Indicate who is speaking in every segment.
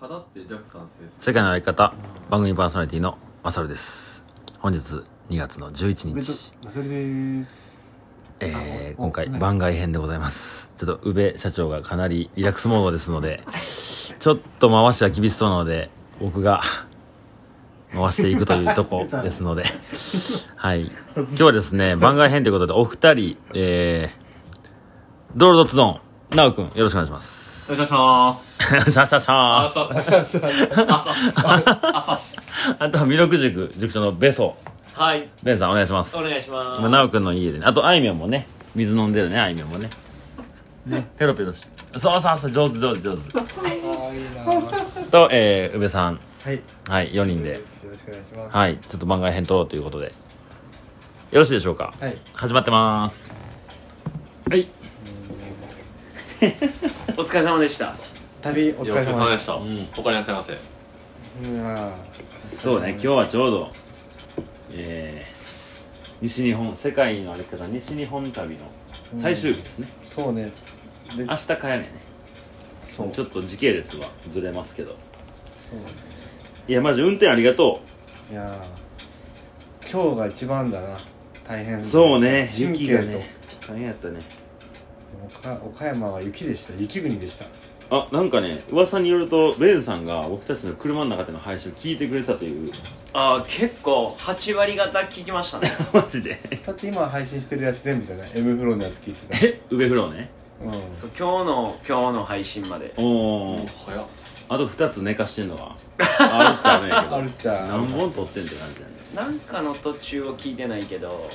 Speaker 1: 肌って弱酸性素
Speaker 2: 世界の歩き方番組パーソナリティのマサルです本日2月の11
Speaker 3: ベト
Speaker 2: 日、
Speaker 3: ナセルです。
Speaker 2: えー
Speaker 3: あお
Speaker 2: 今回
Speaker 3: お何
Speaker 2: 番外編でございますちょっと宇部社長がかなりリラックスモードですのでちょっと回しは厳しそうなので僕が回していくというとこですの ではい今日はですね番外編ということでお二人えー、ドロドツドンなおくんよろしくお願いします
Speaker 1: お願いします。
Speaker 2: シャシャシャ
Speaker 1: あ
Speaker 2: ー
Speaker 1: さす。あさす。あさす。
Speaker 2: あとは弥勒塾塾長のベソ
Speaker 1: はい。
Speaker 2: ベンさんお願いします
Speaker 1: お願いしま
Speaker 2: まあ、
Speaker 1: す。
Speaker 2: なおくんの家でねあとあいみょんもね水飲んでるねあいみょんもねペロペロしてそうそうそう上手上手上手とえー、宇部さん
Speaker 3: はい。よ
Speaker 2: はい4人で
Speaker 3: ろしくお願いしま
Speaker 2: はいちょっと番外編撮ろうということでよろしいでしょうか、
Speaker 3: す。はい。
Speaker 2: 始まってますはい
Speaker 1: お疲れ様でした。
Speaker 3: 旅お疲れ様です。
Speaker 1: た。
Speaker 2: うん
Speaker 1: おかえりなさいませ。
Speaker 3: うわ
Speaker 2: そうね今日はちょうどえー、西日本世界の歩き方西日本旅の最終日ですね、
Speaker 3: ぁそうね。
Speaker 2: 明、
Speaker 3: で
Speaker 2: 日帰れね
Speaker 3: そう。
Speaker 2: ちょっと時系列はずれますけど
Speaker 3: そうね。
Speaker 2: いやマジ運転ありがとう
Speaker 3: いやぁ今日が一番だな。大変。
Speaker 2: そうね
Speaker 3: 神
Speaker 2: 雪
Speaker 3: 経
Speaker 2: が
Speaker 3: と
Speaker 2: ね大変やったね
Speaker 3: 岡岡山は雪でした。雪国でした。
Speaker 2: あなんかね噂によるとベンさんが僕たちの車の中での配信を聞いてくれたという
Speaker 4: あー結構8割方聞きましたね
Speaker 2: マジで
Speaker 3: だって今配信してるやつ全部じゃない。M フローのやつ聞いてた。
Speaker 2: えウベフローね
Speaker 3: うん。
Speaker 4: そう今日の今日の配信まで
Speaker 2: おお
Speaker 1: 早っ。
Speaker 2: あと2つ寝かしてんの はあるっちゃねえけど
Speaker 3: あるっちゃ
Speaker 2: 何本撮ってんって感じだね
Speaker 4: なんかの途中を聞いてないけど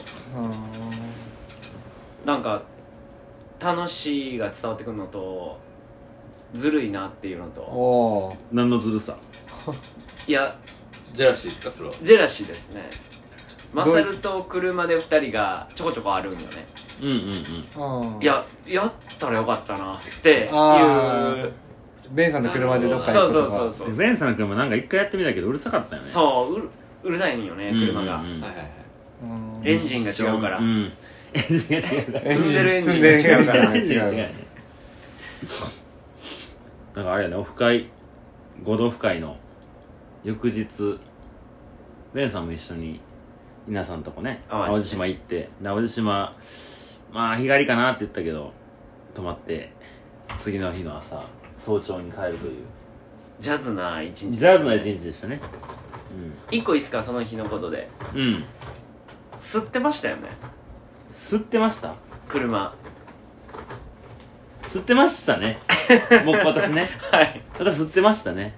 Speaker 3: う
Speaker 4: なんか楽しいが伝わってくるのとずるいなっていうの
Speaker 3: ん。
Speaker 4: と
Speaker 3: おー。
Speaker 2: 何のずるさ
Speaker 4: いや
Speaker 1: ジェラシーですかそれは。
Speaker 4: ジェラシーですね
Speaker 3: ど
Speaker 4: マ
Speaker 3: うい
Speaker 4: サルと車で2人がちょこちょこあるんよね
Speaker 2: うんうんうん
Speaker 3: うん
Speaker 4: い。ややったらよかったなっていう
Speaker 3: あーベンさんの車でどっか行くとか。
Speaker 4: そうそうそうそう
Speaker 2: でベンさんの車なんか一回やってみたけどうるさかったよね
Speaker 4: そううるうるさいんよね車が、
Speaker 2: うんうんうん
Speaker 1: はいはい。
Speaker 3: うん。
Speaker 4: エンジンが違うか ら
Speaker 2: んエンジンが違うから
Speaker 3: エン
Speaker 4: 積
Speaker 3: ジ
Speaker 4: ん
Speaker 3: ン
Speaker 4: でるエンジン
Speaker 3: 積んでる違う
Speaker 2: 違
Speaker 3: か
Speaker 2: う
Speaker 3: らね
Speaker 2: 違
Speaker 3: 違
Speaker 2: う
Speaker 3: う
Speaker 2: 違うなんかあれやねオフ会合同オフ会の翌日ベンさんも一緒に稲さんとこね
Speaker 4: 淡
Speaker 2: 淡
Speaker 4: 路島
Speaker 2: 路島行ってで淡路島まあ日帰りかなって言ったけど泊まって次の日の朝早朝に帰るという
Speaker 4: ジャズな一日でし
Speaker 2: ジ
Speaker 4: た
Speaker 2: ャズな一日でしたね
Speaker 4: 一個いいっすかその日のことで
Speaker 2: うん、うん、
Speaker 4: 吸ってましたよね
Speaker 2: 吸ってました
Speaker 4: 車
Speaker 2: 吸ってましたね僕私ね
Speaker 4: はい
Speaker 2: 私吸ってましたね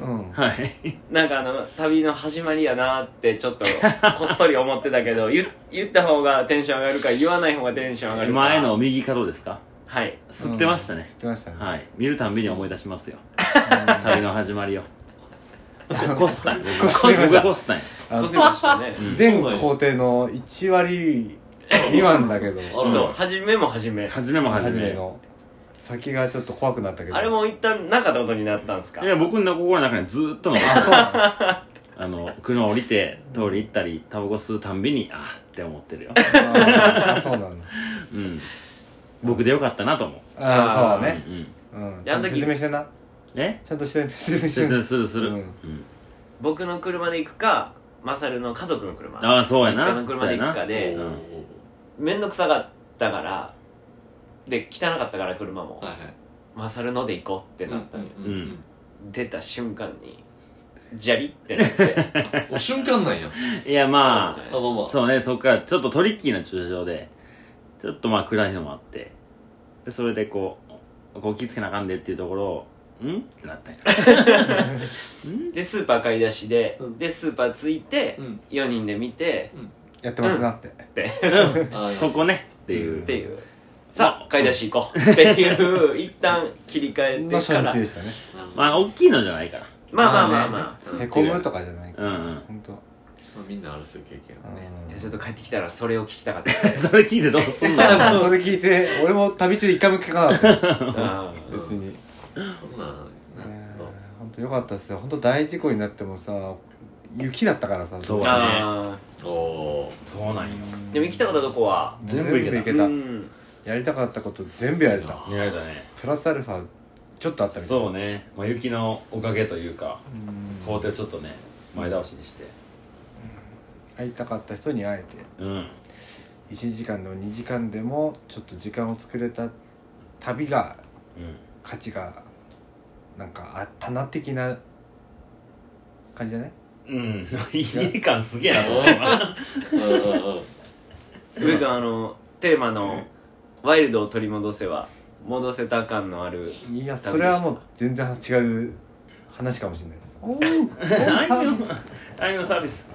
Speaker 3: うん。
Speaker 2: はい
Speaker 4: なんかあの旅の始まりやなってちょっと こっそり思ってたけど言言った方がテンション上がるか言わない方がテンション上がるか
Speaker 2: 前の右角ですか
Speaker 4: はい
Speaker 2: 吸ってました
Speaker 3: うん
Speaker 2: ね
Speaker 3: 吸、ってましたね。
Speaker 2: はい見るたんびに思い出しますよ旅の始ま りをこすったんや僕
Speaker 3: こすりました
Speaker 2: 僕こすったんや
Speaker 3: あ
Speaker 4: こすりましたね
Speaker 2: うん
Speaker 3: 全工程の1割未満だけど
Speaker 1: あ
Speaker 4: そう
Speaker 1: ら
Speaker 4: 初めも初め
Speaker 2: 初めも初
Speaker 3: 初め
Speaker 2: め
Speaker 3: の先がちょっと怖くなったけど
Speaker 4: あれも一旦なかったことになったんですか
Speaker 2: いや僕の心の中にずーっとの
Speaker 3: あそうなの
Speaker 2: あの車降りて通り行ったりタバコ吸うたんびにあーって思ってるよ
Speaker 3: あーそうなの
Speaker 2: うん僕でよかったなと思う
Speaker 3: ああそうだ
Speaker 2: うんう
Speaker 3: ね
Speaker 2: ん
Speaker 3: うん
Speaker 4: で
Speaker 3: ちゃんと
Speaker 4: あの時
Speaker 3: 説明してな
Speaker 2: え
Speaker 3: ちゃんとして説明し
Speaker 2: 説
Speaker 3: て
Speaker 2: 明するする、
Speaker 3: う
Speaker 2: うんん
Speaker 4: 僕の車で行くかマサルの家族の車
Speaker 2: ああそうやな
Speaker 4: 実家の車で行くかで
Speaker 2: そうやな
Speaker 4: 面倒くさかったからで汚かったから車も
Speaker 1: はいはい。
Speaker 4: マサルので行こうってなったんよ
Speaker 2: んうん
Speaker 4: 出た瞬間にジャリってなって
Speaker 1: うん。お瞬間なんや。
Speaker 2: いやまあ
Speaker 4: そうね
Speaker 1: あまあまあ。
Speaker 2: そうね、そっからちょっとトリッキーな駐車場で、ちょっとまあ暗いのもあって、でそれでこう、こう気ぃつけなあかんでっていうところを、んってなったんや。
Speaker 4: でスーパー買い出しで、
Speaker 1: うん
Speaker 4: でスーパー着いて、
Speaker 1: うん。
Speaker 4: 4人で見て
Speaker 3: やってますなって
Speaker 4: って
Speaker 1: あ
Speaker 2: ここねっていう。
Speaker 4: っていう
Speaker 2: ま
Speaker 4: さ
Speaker 2: あ
Speaker 4: あ買い出し行こうっていう一旦切り替え
Speaker 3: の
Speaker 4: て
Speaker 3: 初
Speaker 4: から
Speaker 3: 日でしたね
Speaker 2: まあ、大きいのじゃないから。
Speaker 4: まあまあまあまあ、
Speaker 3: あねへこむとかじゃない
Speaker 2: うんうん。
Speaker 3: 本当
Speaker 1: みんなあるっすよ経験はね。
Speaker 4: いやちょっと帰ってきたらそれを聞きたかっ
Speaker 2: それ聞いてどうすんの
Speaker 3: うん それ聞いて俺も旅中一回も聞かなかった
Speaker 4: た、うん
Speaker 3: 別に
Speaker 1: そんなんなんと。
Speaker 3: 本当よかったっすよ本当大事故になってもさ雪だったからさ
Speaker 2: そうだね
Speaker 4: あ
Speaker 1: お
Speaker 2: そうなんよ。
Speaker 4: ーでも行きたかったとこは
Speaker 2: 全部いけた
Speaker 3: 全
Speaker 4: うん
Speaker 3: やりたかったこと全部やれた
Speaker 2: 見られたね。
Speaker 3: プラスアルファちょっとあったみたい
Speaker 2: そうね、まあ、雪のおかげというか
Speaker 3: うん
Speaker 2: 工程をちょっとね前倒しにして
Speaker 3: 会いたかった人に会えて
Speaker 2: うん
Speaker 3: 1時間でも2時間でもちょっと時間を作れた旅が
Speaker 2: うん
Speaker 3: 価値がなんかあ棚的な感じじゃない
Speaker 2: うん、 いい感すげえなと思うわ
Speaker 1: うんうんうん
Speaker 4: 上君あのテーマの「ワイルドを取り戻せ」は戻せた感のある
Speaker 3: いやそれはもう全然違う話かもしれないですおお
Speaker 2: あいみょんあいみょんサービス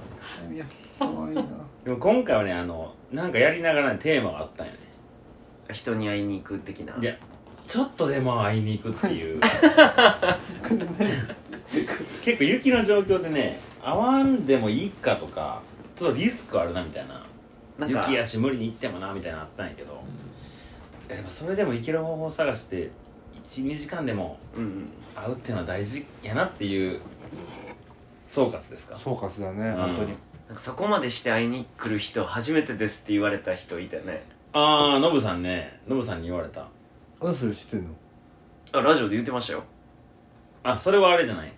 Speaker 3: かわいいな
Speaker 2: でも今回はねあのなんかやりながら、ね、テーマがあったんよね
Speaker 4: 人に会いに行く的ない
Speaker 2: やちょっとでも会いに行くって いう結構雪の状況でね会わんでもいいかとかちょっとリスクあるなみたいな
Speaker 4: なんか
Speaker 2: 雪やし無理に行ってもなみたいなのあったんやけどいやでもそれでも行ける方法を探して12時間でも
Speaker 4: うんうん
Speaker 2: 会うっていうのは大事やなっていう総括ですか
Speaker 3: 総括だね、
Speaker 2: ん
Speaker 3: 本当に
Speaker 4: なんかそこまでして会いに来る人初めてですって言われた人いたよね
Speaker 2: ああノブさんねノブさんに言われた
Speaker 3: あのそれ知ってんの
Speaker 4: あラジオで言ってましたよ
Speaker 2: あそれはあれじゃない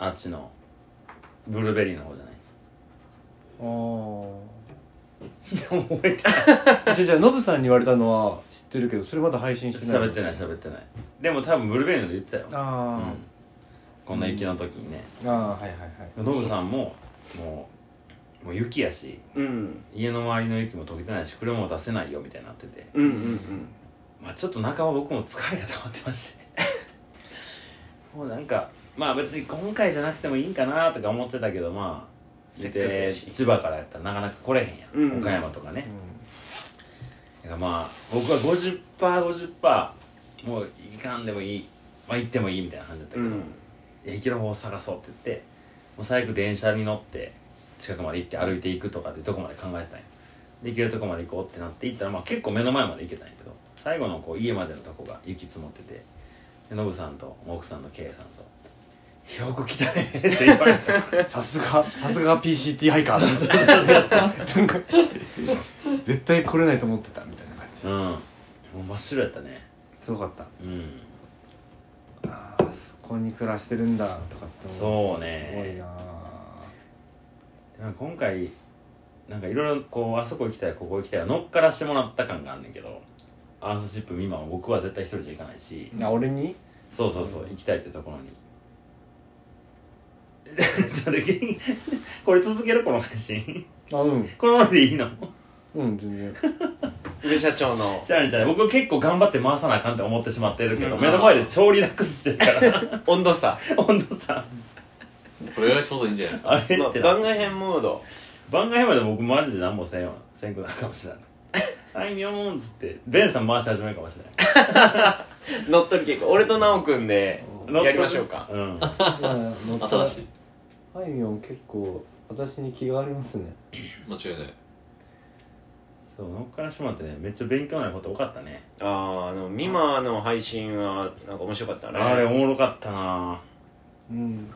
Speaker 2: あっちのブルーベリーの方じゃない
Speaker 3: あ
Speaker 2: 覚えてない
Speaker 3: あ じゃあノブさんに言われたのは知ってるけどそれまだ配信してない
Speaker 2: 喋ってない喋ってないでも多分ブルーベリーので言ってたよ、う
Speaker 3: あ
Speaker 2: ん、こんな雪の時にね
Speaker 3: ー、ああはいはいはい
Speaker 2: ノブさんももうもう雪やし
Speaker 4: うん
Speaker 2: 家の周りの雪も溶けてないし車も出せないよみたいになってて
Speaker 4: うんうんうん
Speaker 2: まあちょっと中は僕も疲れが溜まってまして もうなんかまあ別に今回じゃなくてもいいんかなとか思ってたけどまあ
Speaker 4: せ
Speaker 2: 見
Speaker 4: っかくや
Speaker 2: て
Speaker 4: し
Speaker 2: 千葉からやったらなかなか来れへんや、
Speaker 4: うん
Speaker 2: 岡山とかねだからまあ僕は 50%50% もういかんでもいい、まあ、行ってもいいみたいな感じだったけ
Speaker 4: う
Speaker 2: ど、い
Speaker 4: ん
Speaker 2: や行ける方を探そうって言ってもう最悪電車に乗って近くまで行って歩いていくとかってどこまで考えてたんやで行けるとこまで行こうってなって行ったら、まあ、結構目の前まで行けたんやけど最後のこう家までのとこが雪積もっててでノブさんと奥さんの K さんと「よく来たね」って言われて
Speaker 3: うんさすがさすが PCT ハイカーなんか絶対来れないと思ってたみたいな感じ
Speaker 2: うんもう真っ白やったね
Speaker 3: すごかった
Speaker 2: うん
Speaker 3: あーあそこに暮らしてるんだとかって思
Speaker 2: そうね
Speaker 3: すごいな
Speaker 2: なんか今回なんかいろいろこうあそこ行きたいここ行きたいは乗っからしてもらった感があんねんけどアースシップ未満は僕は絶対一人じゃ行かないし
Speaker 3: な俺に
Speaker 2: そうそうそう、行きたいってところに ちょっと元気これ続けるこの配信
Speaker 3: あうん
Speaker 2: このままでいいの
Speaker 3: うん全然
Speaker 4: 上社長の
Speaker 2: じゃあねじゃあね僕結構頑張って回さなあかんって思ってしまってるけど、
Speaker 4: うん
Speaker 2: 目の前で超リラックスしてるから
Speaker 4: 温度差
Speaker 2: 温度さ
Speaker 1: これがちょうどいいんじゃないですか
Speaker 2: あれってな
Speaker 4: の番外編モード
Speaker 2: 番外編まで僕マジで何もせんよせんくなるかもしれないあいみょーんっつってベンさん回し始めるかもしれない
Speaker 4: 乗っ取り結構俺と直君でやりましょうか
Speaker 2: うん
Speaker 3: まあ
Speaker 1: 新しい
Speaker 3: あいみょん結構私に気がありますね
Speaker 1: 間違いない
Speaker 2: そう乗っからしてもらってねめっちゃ勉強になること多かったね
Speaker 4: あああのミマの配信はなんか面白かったね
Speaker 2: あれおもろかったな
Speaker 3: うん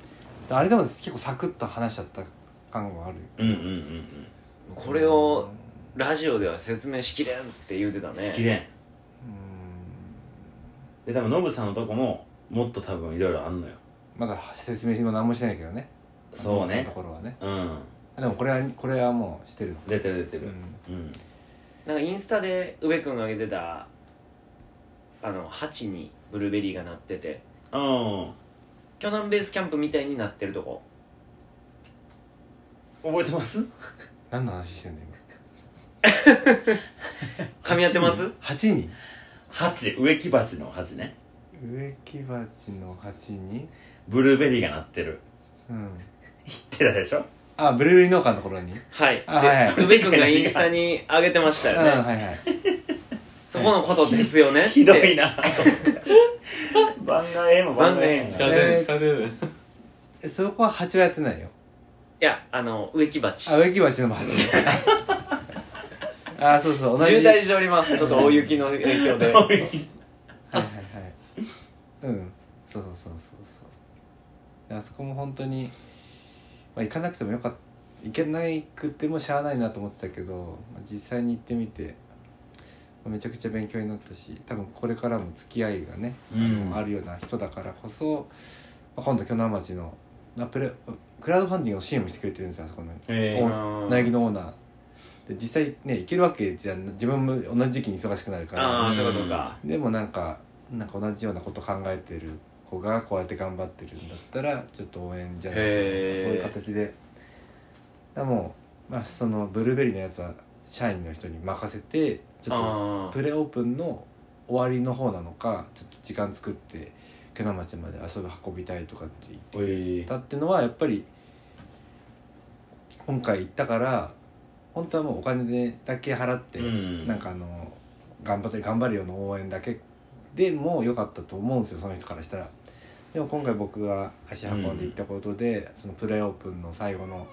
Speaker 3: あれでも結構サクッと話しちゃった感がある
Speaker 2: うんうんうんうん
Speaker 4: これをラジオでは説明しきれんって言うてたね
Speaker 2: しきれんで多分ノブさんのとこももっと多分いろいろあんのよ
Speaker 3: まだ説明も何もしてないけどね
Speaker 2: そう
Speaker 3: の
Speaker 2: ね
Speaker 3: ところはね
Speaker 2: うん
Speaker 3: でもこれはこれはもうしてる
Speaker 2: 出てる出て
Speaker 3: う
Speaker 2: る
Speaker 3: ん
Speaker 2: うん
Speaker 4: なんかインスタで宇部君が上げてたあの鉢にブルーベリーがなってて
Speaker 2: あ
Speaker 4: 巨南ベースキャンプみたいになってるとこ
Speaker 2: あ覚えてます
Speaker 3: 何の話してんの今
Speaker 4: 噛み合ってます
Speaker 3: 八人
Speaker 2: 鉢植木鉢の鉢ね
Speaker 3: 植木鉢の八人
Speaker 2: ブルーベリーがなってる
Speaker 3: うん
Speaker 2: 言ってたでしょ
Speaker 3: あブルーベリー農家のところにうん
Speaker 4: はい
Speaker 3: あはい
Speaker 4: で宇部君がインスタに上げてましたよ
Speaker 3: はい
Speaker 4: ね
Speaker 3: はい
Speaker 4: そこのことですよ ね
Speaker 2: ひどい
Speaker 4: な
Speaker 2: な番外編も番外編
Speaker 4: 番
Speaker 1: 疲
Speaker 2: も
Speaker 1: れてる疲れてる
Speaker 3: えそこは蜂はやってないよ
Speaker 4: いやあの植木鉢
Speaker 3: あ植木鉢の も蜂あそうそう同じ
Speaker 4: 渋滞しておりますちょっと大雪の影 響で
Speaker 3: はいはいはいうんそうそうそうそうそうあそこも本当にまあ行かなくてもよかった行けないくってもしゃあないなと思ってたけど、まあ実際に行ってみてめちゃくちゃ勉強になったし多分これからも付き合いがね、
Speaker 4: うん
Speaker 3: あるような人だからこそまあ今度鋸南町のなプレクラウドファンディングの支援もしてくれてるんですよあそこの
Speaker 4: え
Speaker 3: お
Speaker 4: ー
Speaker 3: 苗木のオーナーで実際ね行けるわけじゃん自分も同じ時期に忙しくなるか
Speaker 4: あ
Speaker 3: ら
Speaker 4: あそうかそうか
Speaker 3: でもなんかなんか同じようなこと考えてる子がこうやって頑張ってるんだったらちょっと応援じゃない
Speaker 4: へー
Speaker 3: そういう形ででもう、まあ、そのブルーベリーのやつは社員の人に任せてちょっ
Speaker 4: あ
Speaker 3: とプレオープンの終わりの方なのかちょっと時間作って鋸南町まで遊び運びたいとかって言って
Speaker 4: おい
Speaker 3: だってのはやっぱり今回行ったから本当はもうお金でだけ払って、
Speaker 4: うん
Speaker 3: なんかあの頑張って頑張るよの応援だけでも良かったと思うんですよその人からしたら。でも今回僕が足運んで行ったことで、そのプレオープンの最後の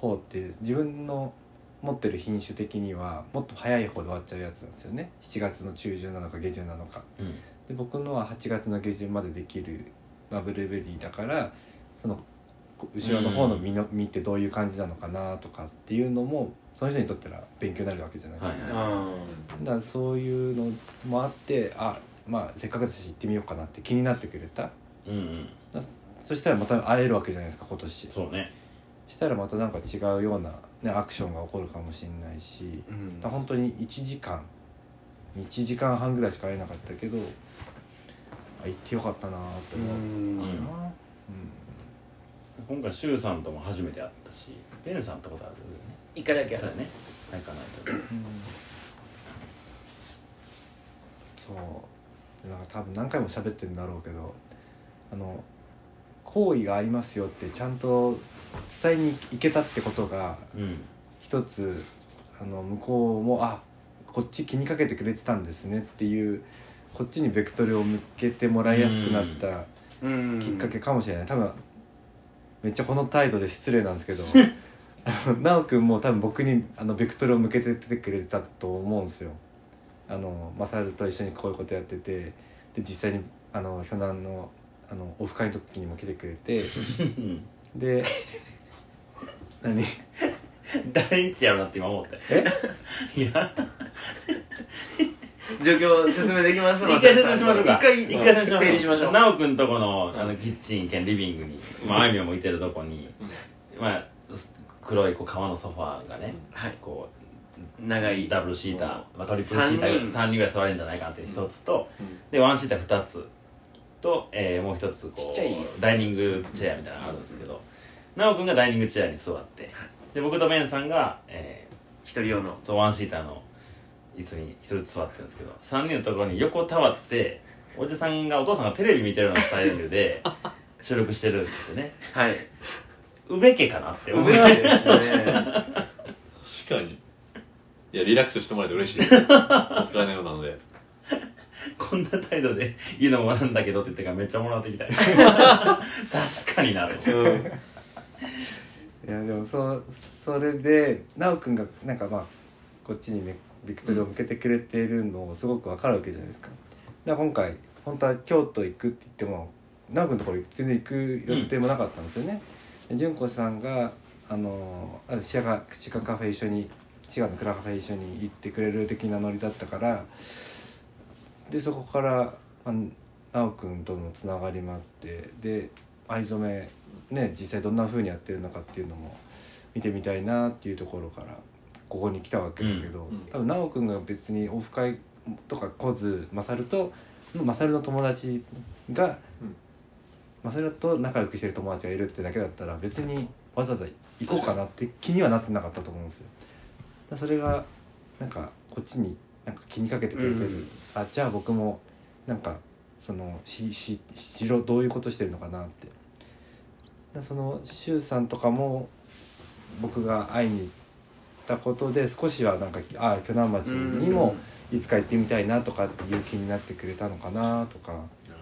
Speaker 3: 方って自分の持ってる品種的にはもっと早い方で終わっちゃうやつなんですよね7月の中旬なのか下旬なのか。
Speaker 2: うん
Speaker 3: で僕のは8月の下旬までできる、まあ、ブルーベリーだからそのこ後ろの方の実の実ってどういう感じなのかなとかっていうのもその人にとったら勉強になるわけじゃないですか、
Speaker 2: はい
Speaker 4: あ
Speaker 3: だからそういうのもあってあまあせっかくだし行ってみようかなって気になってくれた
Speaker 2: うんうん
Speaker 3: そしたらまた会えるわけじゃないですか今年
Speaker 2: そうね
Speaker 3: したらまたなんか違うような、ね、アクションが起こるかもしれないし
Speaker 4: ーうん
Speaker 3: 本当に1時間1時間半ぐらいしか会えなかったけどあ行ってよかったなって
Speaker 4: う
Speaker 3: 思う。
Speaker 4: ん
Speaker 2: うん今回シュウさんとも初めて会ったしベンさんとことあるよね
Speaker 4: 一回だけ
Speaker 2: そうやねなんかないとね
Speaker 3: そうなんか多分何回も喋ってるんだろうけどあの好意がありますよってちゃんと伝えに行けたってことが
Speaker 2: うん
Speaker 3: 一つあの向こうもあこっち気にかけてくれてたんですねっていうこっちにベクトルを向けてもらいやすくなった。
Speaker 4: うん
Speaker 3: きっかけかもしれない、多分めっちゃこの態度で失礼なんですけどあの奈くんも多分僕にあのベクトルを向けててくれてたと思うんですよあのマサルと一緒にこういうことやっててで実際にあの巨南のあのオフ会の時にも来てくれてで何
Speaker 2: 誰んちやろなって今思って
Speaker 3: え
Speaker 2: いや
Speaker 4: 状況を説明できます
Speaker 2: 一回説明しましょうか
Speaker 4: 一回一回整理しましょう
Speaker 2: なおくんとこの
Speaker 4: うん
Speaker 2: あのキッチン兼リビングにまああいみょんもいてるとこにまあす黒いこう革のソファーがね
Speaker 4: はい
Speaker 2: こ
Speaker 4: 長
Speaker 2: う
Speaker 4: い
Speaker 2: ダブルシーター、まあ、トリプルシーター
Speaker 4: 三人
Speaker 2: 3人ぐらい座れるんじゃないかなっていう一つと、
Speaker 1: うん
Speaker 2: でワンシーター2つと、えーもう一つこ
Speaker 4: ちっ
Speaker 2: う
Speaker 4: ちゃい椅子
Speaker 2: ダイニングチェアみたいなのがあるんですけど奈くんがダイニングチェアに座ってで僕とメンさんが、え
Speaker 4: 一人用の
Speaker 2: ーそうワンシーターの椅子に一人ずつ座ってるんですけど3人のところに横たわっておじさんがお父さんがテレビ見てるようなスタイルで収録してるんですよね
Speaker 4: はい
Speaker 2: 宇部家かなって思う
Speaker 4: 覚えてるん ですね
Speaker 1: 確かにいやリラックスしてもらえて 嬉しいお疲れのようなので
Speaker 2: こんな態度で言うのもなんだけどって言ってからめっちゃもらってきた確かになる
Speaker 3: いやでもそそれで奈くんがなんかまあこっちにめビクトリーを向けてくれてるのをすごくわかるわけじゃないですか。だから今回本当は京都行くって言っても奈くんのところ全然行く予定もなかったんですよね。で純子さんがあのある滋賀滋賀カフェ一緒に滋賀のクラカフェ一緒に行ってくれる的なノリだったからでそこからあの奈くんとのつながりもあってで藍染めね実際どんな風にやってるのかっていうのも見てみたいなっていうところからここに来たわけだけど、
Speaker 1: うんうん
Speaker 3: 多分奈くんが別にオフ会とか来ず勝と勝の友達が、
Speaker 1: うん
Speaker 3: 勝と仲良くしてる友達がいるってだけだったら別にわざわざ行こうかなって気にはなってなかったと思うんですよ。だからそれがなんかこっちになんか気にかけてくれてる、
Speaker 4: うん
Speaker 3: あじゃあ僕もなんかそのしししろどういうことしてるのかなってでその周さんとかも僕が会いに行ったことで少しはなんかああ鋸南町にもいつか行ってみたいなとかっていう気になってくれたのかなとか、
Speaker 1: なるほど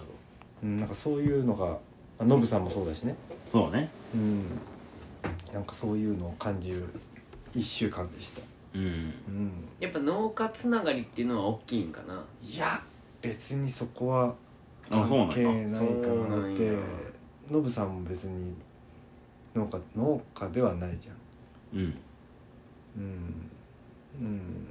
Speaker 3: うん、なんかそういうのがあノブさんもそうだしね、
Speaker 2: そうね
Speaker 3: うん、なんかそういうのを感じる1週間でした。
Speaker 2: うん
Speaker 3: うん
Speaker 4: やっぱ農家つながりっていうのは大きいんかない
Speaker 3: や別にそこは
Speaker 2: あ
Speaker 3: 関
Speaker 2: そうなんや
Speaker 3: 係ないか
Speaker 4: そう
Speaker 3: ら
Speaker 4: な
Speaker 3: だっ
Speaker 4: んや
Speaker 3: てノブさんも別に農家農家ではないじゃん
Speaker 2: うん
Speaker 3: うんうん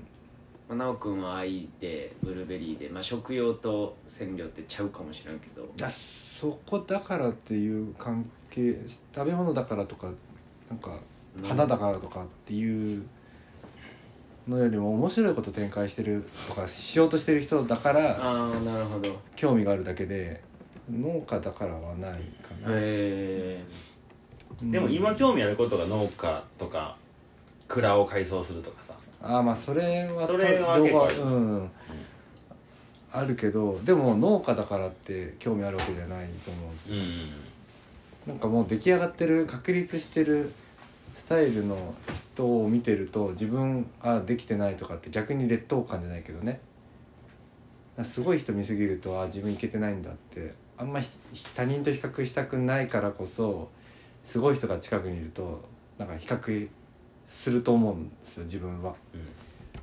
Speaker 4: まあ、奈くんは愛でブルーベリーで、まあ、食用と染料ってちゃうかもしれんけど
Speaker 3: だそこだからっていう関係食べ物だからとかなんか
Speaker 4: うん
Speaker 3: 花だからとかっていうのよりも面白いこと展開してるとかしようとしてる人だから
Speaker 4: ああなるほどへ
Speaker 3: 興味があるだけで農家だからはないかな、
Speaker 4: え
Speaker 3: うん
Speaker 5: でも今興味あることが農家とか蔵を改装するとかさ
Speaker 3: ああまあそれは
Speaker 5: それは結構ある
Speaker 3: 情報はうんあるけどでも農家だからって興味あるわけじゃないと思うんです
Speaker 5: うんうん
Speaker 3: なんかもう出来上がってる確立してるスタイルの人を見てると自分あできてないとかって逆に劣等感じゃないけどねなんかすごい人見すぎるとあ自分いけてないんだってあんまひ他人と比較したくないからこそすごい人が近くにいるとなんか比較すると思うんですよ自分は。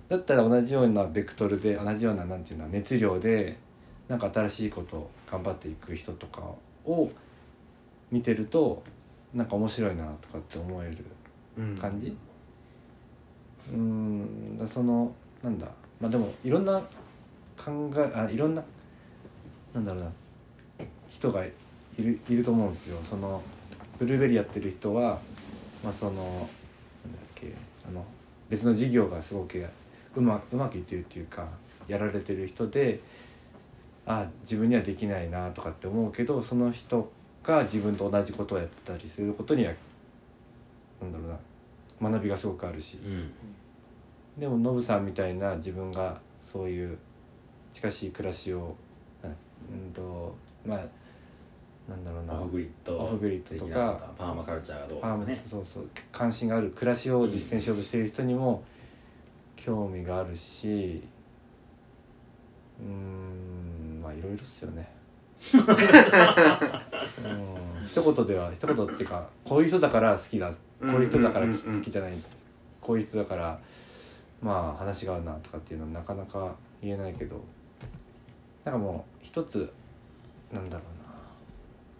Speaker 3: だったら同じようなベクトルで同じようななんていうの熱量でなんか新しいことを頑張っていく人とかを見てるとなんか面白いなとかって思える
Speaker 4: うん
Speaker 3: 感じうーんだそのなんだまあでもいろんな考えあいろんななんだろうな人がいるいると思うんですよそのブルーベリーやってる人はまあそのなんだっけあの別の事業がすごくやうまうまくいってるっていうかやられてる人であ自分にはできないなとかって思うけどその人が自分と同じことをやったりすることにはなんだろうな学びがすごくあるし、
Speaker 5: うん
Speaker 3: でもノブさんみたいな自分がそういう近しい暮らしをあうんとまあなんだろうな
Speaker 5: オフグリッド
Speaker 3: オフグリッドと
Speaker 5: 的
Speaker 3: か
Speaker 5: なパーマカルチャーがどうと
Speaker 3: パー
Speaker 5: か
Speaker 3: ム
Speaker 5: ね
Speaker 3: そうそう関心がある暮らしを実践しようとしている人にも興味があるしうーんまあいろいろっす よねうん一言では一言っていうかこういう人だから好きだこういう人だから
Speaker 4: うんうんうんうん
Speaker 3: 好きじゃないこういう人だからまあ話が合うなとかっていうのはなかなか言えないけどなんかもう一つなんだろうな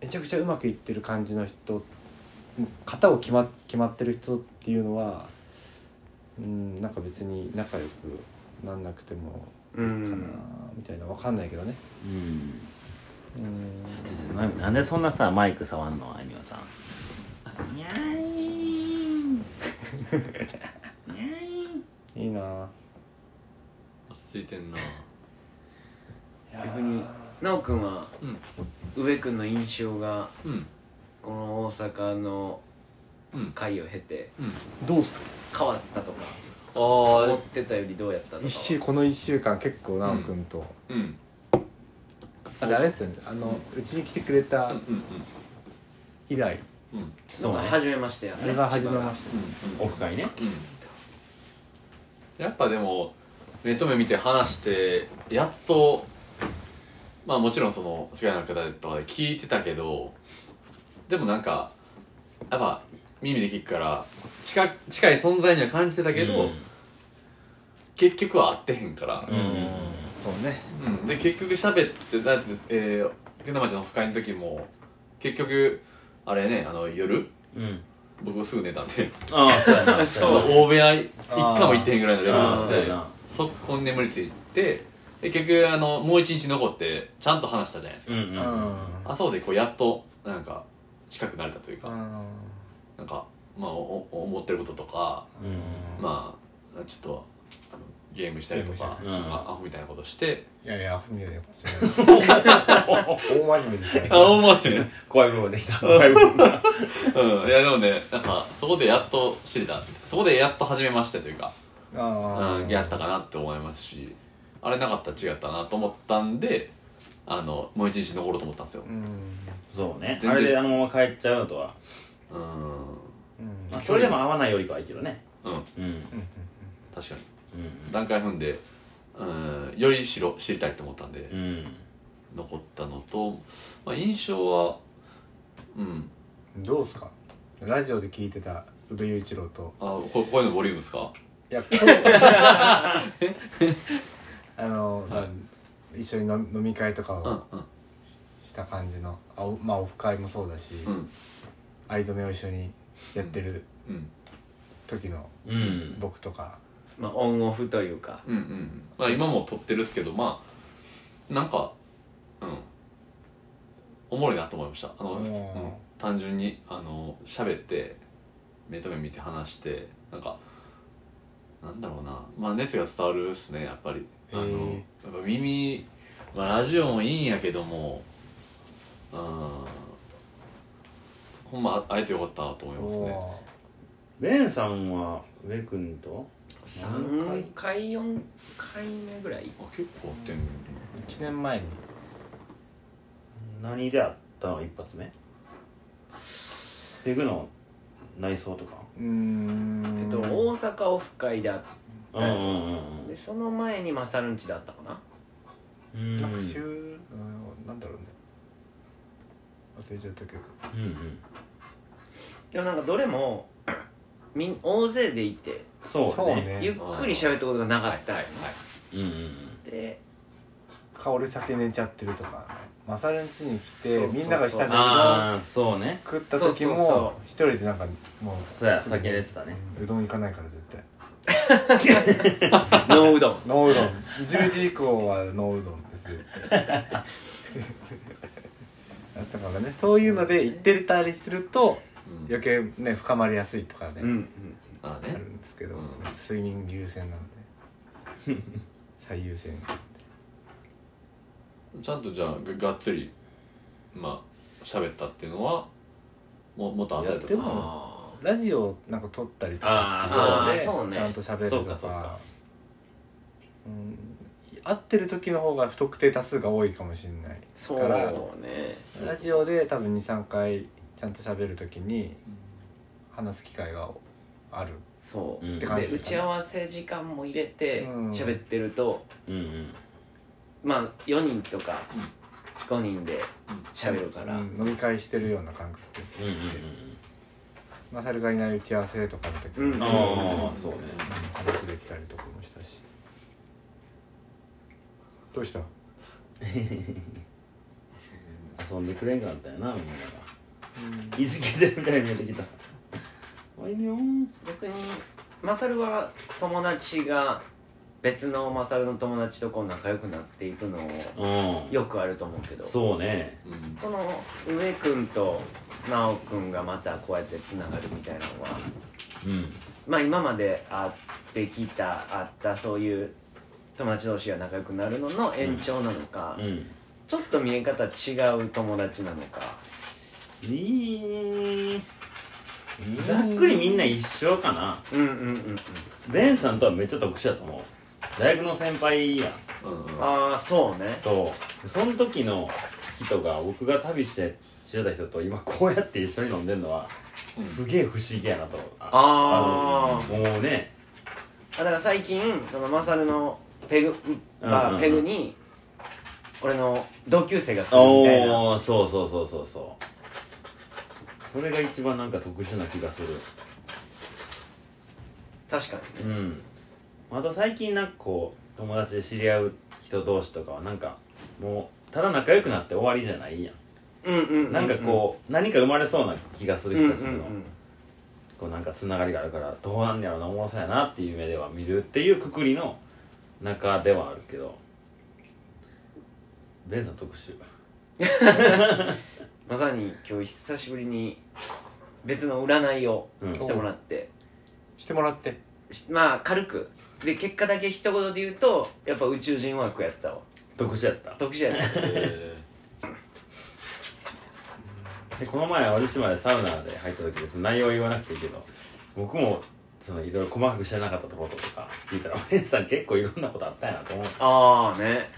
Speaker 3: めちゃくちゃうまくいってる感じの人型を決ま決まってる人っていうのはうんなんか別に仲良くなんなくても
Speaker 4: う
Speaker 3: かなんみたいなわかんないけどね
Speaker 5: うん
Speaker 3: うん
Speaker 5: ななんでそんなさマイク触んのあいみょんさんにゃーんにゃーん
Speaker 3: いいな
Speaker 1: 落ち着いてんな
Speaker 4: 逆に奈くんは
Speaker 1: うん
Speaker 4: 上くんの印象が
Speaker 1: うん
Speaker 4: この大阪の
Speaker 1: うん
Speaker 4: 会を経て
Speaker 1: うん
Speaker 3: どうすか
Speaker 4: 変わったとか
Speaker 1: あ
Speaker 4: 思
Speaker 1: あ
Speaker 4: ってたよりどうやったとか
Speaker 3: 一週この1週間結構奈くんと、
Speaker 1: うん
Speaker 3: あれあれですよねあのうちに来てくれ
Speaker 1: うん
Speaker 3: た
Speaker 1: うん
Speaker 3: 以来
Speaker 1: うんうん
Speaker 4: そうね初めましてやね
Speaker 3: あれが初めまし
Speaker 1: うん
Speaker 5: オフ会ね
Speaker 1: うんやっぱでも目と目見て話してやっとまあもちろんその世界の方とかで聞いてたけどでもなんかやっぱ耳で聞くから近近い存在には感じてたけど、
Speaker 5: うん
Speaker 1: 結局は会ってへんから
Speaker 5: う
Speaker 3: た、、
Speaker 5: ん
Speaker 3: そうね
Speaker 1: うん、で結局喋ってだってえー福田町のオフ会の時も結局あれねあの夜
Speaker 5: うん
Speaker 1: 僕すぐ寝たんで
Speaker 5: ああ そうやな
Speaker 4: そう
Speaker 1: 大部屋一回も行ってへんぐらいのレベルなん
Speaker 5: あーそう
Speaker 1: で
Speaker 5: やな
Speaker 1: そこに眠りついてで結局あのもう一日残ってちゃんと話したじゃないです
Speaker 5: う
Speaker 1: か、
Speaker 5: んう
Speaker 3: うん
Speaker 1: あそうでこうやっとなんか近くなれたというか
Speaker 3: あ
Speaker 1: なんか、まあ、おお思ってることとか
Speaker 5: うん
Speaker 1: まあちょっとあのゲームしたりとか、
Speaker 5: ゲームしたりうん
Speaker 1: なんかアホみたいなことして
Speaker 3: いやいやアフミアでこ っち大真面目でしたね
Speaker 1: 面白いね
Speaker 5: 怖い部分できた怖い部分が
Speaker 1: うんいやでもねなんかそこでやっと知れたそこでやっと始めましてというか、
Speaker 3: あ
Speaker 1: うん、やったかなって思いますしあれなかったら違ったなと思ったんであのもう一日残ろうと思ったんですよ
Speaker 3: う、ん、
Speaker 5: そうね
Speaker 1: 全然
Speaker 5: あれであのまま帰っちゃうのとは
Speaker 1: うん、
Speaker 3: うん
Speaker 5: まあそれでも合わないよりかはいいけどね
Speaker 1: うん、
Speaker 5: うん
Speaker 3: うん
Speaker 1: 確かに
Speaker 5: う
Speaker 1: 段階踏んで、うん、より知ろ知りたいと思ったんで、
Speaker 5: んうん
Speaker 1: 残ったのと、まあ、印象はうん
Speaker 3: うんどうすかラジオで聞いてた宇部雄一郎 と
Speaker 1: あここういうのボリュームですか
Speaker 3: いやあの、一緒に飲み飲み会とか
Speaker 1: うん
Speaker 3: を
Speaker 1: うん
Speaker 3: した感じの、あおまあオフ会もそうだし、
Speaker 1: うん
Speaker 3: 藍染めを一緒にやってる
Speaker 1: うん
Speaker 3: 時の
Speaker 5: うん
Speaker 3: 僕とか、
Speaker 4: まあ、オンオフというか
Speaker 1: うんうんまあ今も撮ってるっすけどまあなんかうんおもろいなと思いましたあの、
Speaker 3: おー
Speaker 1: 普通うん単純にあの喋って目と目見て話してなんかなんだろうなまあ熱が伝わるっすねやっぱりあの
Speaker 3: へ
Speaker 1: や
Speaker 3: ー
Speaker 1: っぱ耳、まあ、ラジオもいいんやけどもうんほんま会えてよかったなと思いますね
Speaker 3: お
Speaker 2: レンさんは上君と
Speaker 4: 3回4回目ぐらい
Speaker 1: あ結構会ってんの
Speaker 3: ー1年前に
Speaker 2: 何であったの一発目ペグの内装とか
Speaker 3: うーん
Speaker 4: えっと大阪オフ会であっ
Speaker 2: うんうんうん
Speaker 4: てその前にマサルンチであったかな
Speaker 2: うん
Speaker 3: なんか週、うん、なんだろうね忘れちゃったけど
Speaker 2: うんうん
Speaker 4: でもなんかどれも みん大勢でいて
Speaker 2: そうね
Speaker 4: ゆっくり喋ったことがなかった
Speaker 1: はいはい
Speaker 2: うんうん
Speaker 4: で
Speaker 3: 薫酒寝ちゃってるとかマサルン家に来
Speaker 4: そう
Speaker 3: て
Speaker 4: そうそう
Speaker 3: みんなが下で
Speaker 2: ああそうね
Speaker 3: 食った時
Speaker 4: そうそう
Speaker 3: も
Speaker 4: そ
Speaker 3: 一人でなんかもう
Speaker 2: そうや酒出てたね
Speaker 3: うどん行かないから絶対
Speaker 4: ノーうどん
Speaker 3: ノーうどん10時以降はノーうどんです 絶対だからねそういうので行ってたりすると
Speaker 1: うん
Speaker 3: 余計ね深まりやすいとかね、
Speaker 4: うんうん
Speaker 1: まあ
Speaker 3: ある
Speaker 1: ね
Speaker 3: んですけど、
Speaker 1: うん
Speaker 3: 睡眠優先なんで最優先
Speaker 1: ちゃんとじゃあががっつりまあ喋ったっていうのはももっと後やった
Speaker 3: いやで
Speaker 1: と
Speaker 3: も
Speaker 1: か
Speaker 2: あ
Speaker 3: ラジオなんか撮ったりと
Speaker 2: あ
Speaker 3: か
Speaker 2: ー
Speaker 3: って
Speaker 4: そうね
Speaker 3: ちゃんと喋
Speaker 2: あ
Speaker 3: る
Speaker 2: そ
Speaker 3: と
Speaker 2: う
Speaker 3: か
Speaker 2: かそうか
Speaker 3: うん、会ってる時の方が不特定多数が多いかもしれない
Speaker 4: そう
Speaker 3: から
Speaker 4: ね
Speaker 1: そう
Speaker 3: ラジオで多分23回ちゃんと喋る時に話す機会がある
Speaker 4: そう、
Speaker 2: うん
Speaker 4: で
Speaker 3: 感じかな
Speaker 4: 打ち合わせ時間も入れて
Speaker 3: うん
Speaker 4: 喋ってると、
Speaker 2: うんうん
Speaker 4: まあ4人とか5人で喋るから、
Speaker 3: うん飲み会してるような感覚で
Speaker 2: うんうん
Speaker 3: マサルがいない打ち合わせとかの時
Speaker 4: うん
Speaker 2: うんああそうね
Speaker 3: 話できたりとかもしたしどうした
Speaker 2: 遊んでくれんかったよなみんながいじけてるみたいに見えてきたおいみょん
Speaker 4: 逆にマサルは友達が別のマサルの友達とこう仲良くなっていくのを
Speaker 2: うん
Speaker 4: よくあると思うけど
Speaker 2: そうね
Speaker 1: うん
Speaker 4: この上君と直君がまたこうやってつながるみたいなのは
Speaker 2: うん
Speaker 4: まあ今まで会ってきた会ったそういう友達同士が仲良くなるのの延長なのか、
Speaker 2: うん
Speaker 4: ちょっと見え方違う友達なのか
Speaker 2: みーざっくりみんな一緒かな
Speaker 4: うんうんうんうん
Speaker 2: レンさんとはめっちゃ特殊やと思う大学の先輩やん
Speaker 1: うんうん
Speaker 4: ああそうね
Speaker 2: そうその時の人が僕が旅して知れた人と今こうやって一緒に飲んでるのは
Speaker 1: うん
Speaker 2: すげえ不思議やなと
Speaker 4: あー
Speaker 2: あのもうね
Speaker 4: あだから最近そのマサルのペグ
Speaker 2: うんうんう
Speaker 4: は
Speaker 2: ん
Speaker 4: ペグに俺の同級生が来るみたいな
Speaker 2: おおそうそうそうそうそうそれが一番なんか特殊な気がする
Speaker 4: 確か
Speaker 2: う
Speaker 4: にね
Speaker 2: んあと最近なんかこう友達で知り合う人同士とかはなんかもうただ仲良くなって終わりじゃないやん
Speaker 4: うんうんうう
Speaker 2: なんかこう、何か生まれそうな気がす
Speaker 4: う
Speaker 2: る
Speaker 4: んうん
Speaker 2: 人
Speaker 4: う
Speaker 2: たちの、
Speaker 4: ん
Speaker 2: こうなんかつながりがあるからどうなんねやろなおもろそうやなっていう目では見るっていうくくりの中ではあるけどベンさん特集
Speaker 4: まさに今日久しぶりに別の占いを
Speaker 2: うん
Speaker 4: してもらって、
Speaker 3: してもらって
Speaker 4: しまあ軽くで結果だけ一言で言うとやっぱ宇宙人枠やったわ
Speaker 2: 特集やった
Speaker 4: 特殊やね
Speaker 1: え
Speaker 2: でこの前淡路島でサウナで入った時です内容は言わなくていいけど僕もそのいろいろ細かく知らなかったところとか聞いたらベンさん結構いろんなことあったんやなと思う
Speaker 4: ああね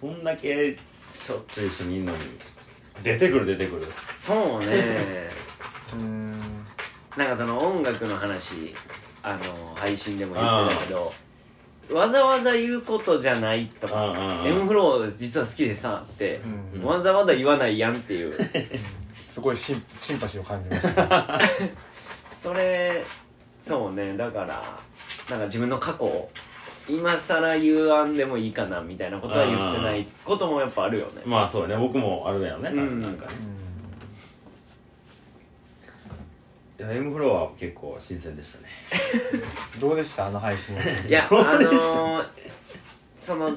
Speaker 2: こんだけしょっちゅう一緒にいるのに出てくる出てくる
Speaker 4: そうね
Speaker 3: うーん
Speaker 4: なんかその音楽の話あの配信でも言ってたけどわざわざ言うことじゃないと
Speaker 2: うん
Speaker 4: か
Speaker 2: うん
Speaker 4: 「
Speaker 2: うん
Speaker 4: M フロー実は好きでさ」って、
Speaker 3: うん
Speaker 4: わざわざ言わないやんっていう
Speaker 3: すごいシンシンパシーを感じました、
Speaker 4: それそうねだからなんか自分の過去を今更言わんでもいいかなみたいなことは言ってないこともやっぱあるよね
Speaker 2: まあそうね僕もあれだよね、
Speaker 4: うん
Speaker 2: なんかねえい
Speaker 3: うん
Speaker 2: や M フロアは結構新鮮でしたね
Speaker 3: どうでしたあの配信
Speaker 4: い やあ
Speaker 2: どうでした
Speaker 4: のー、その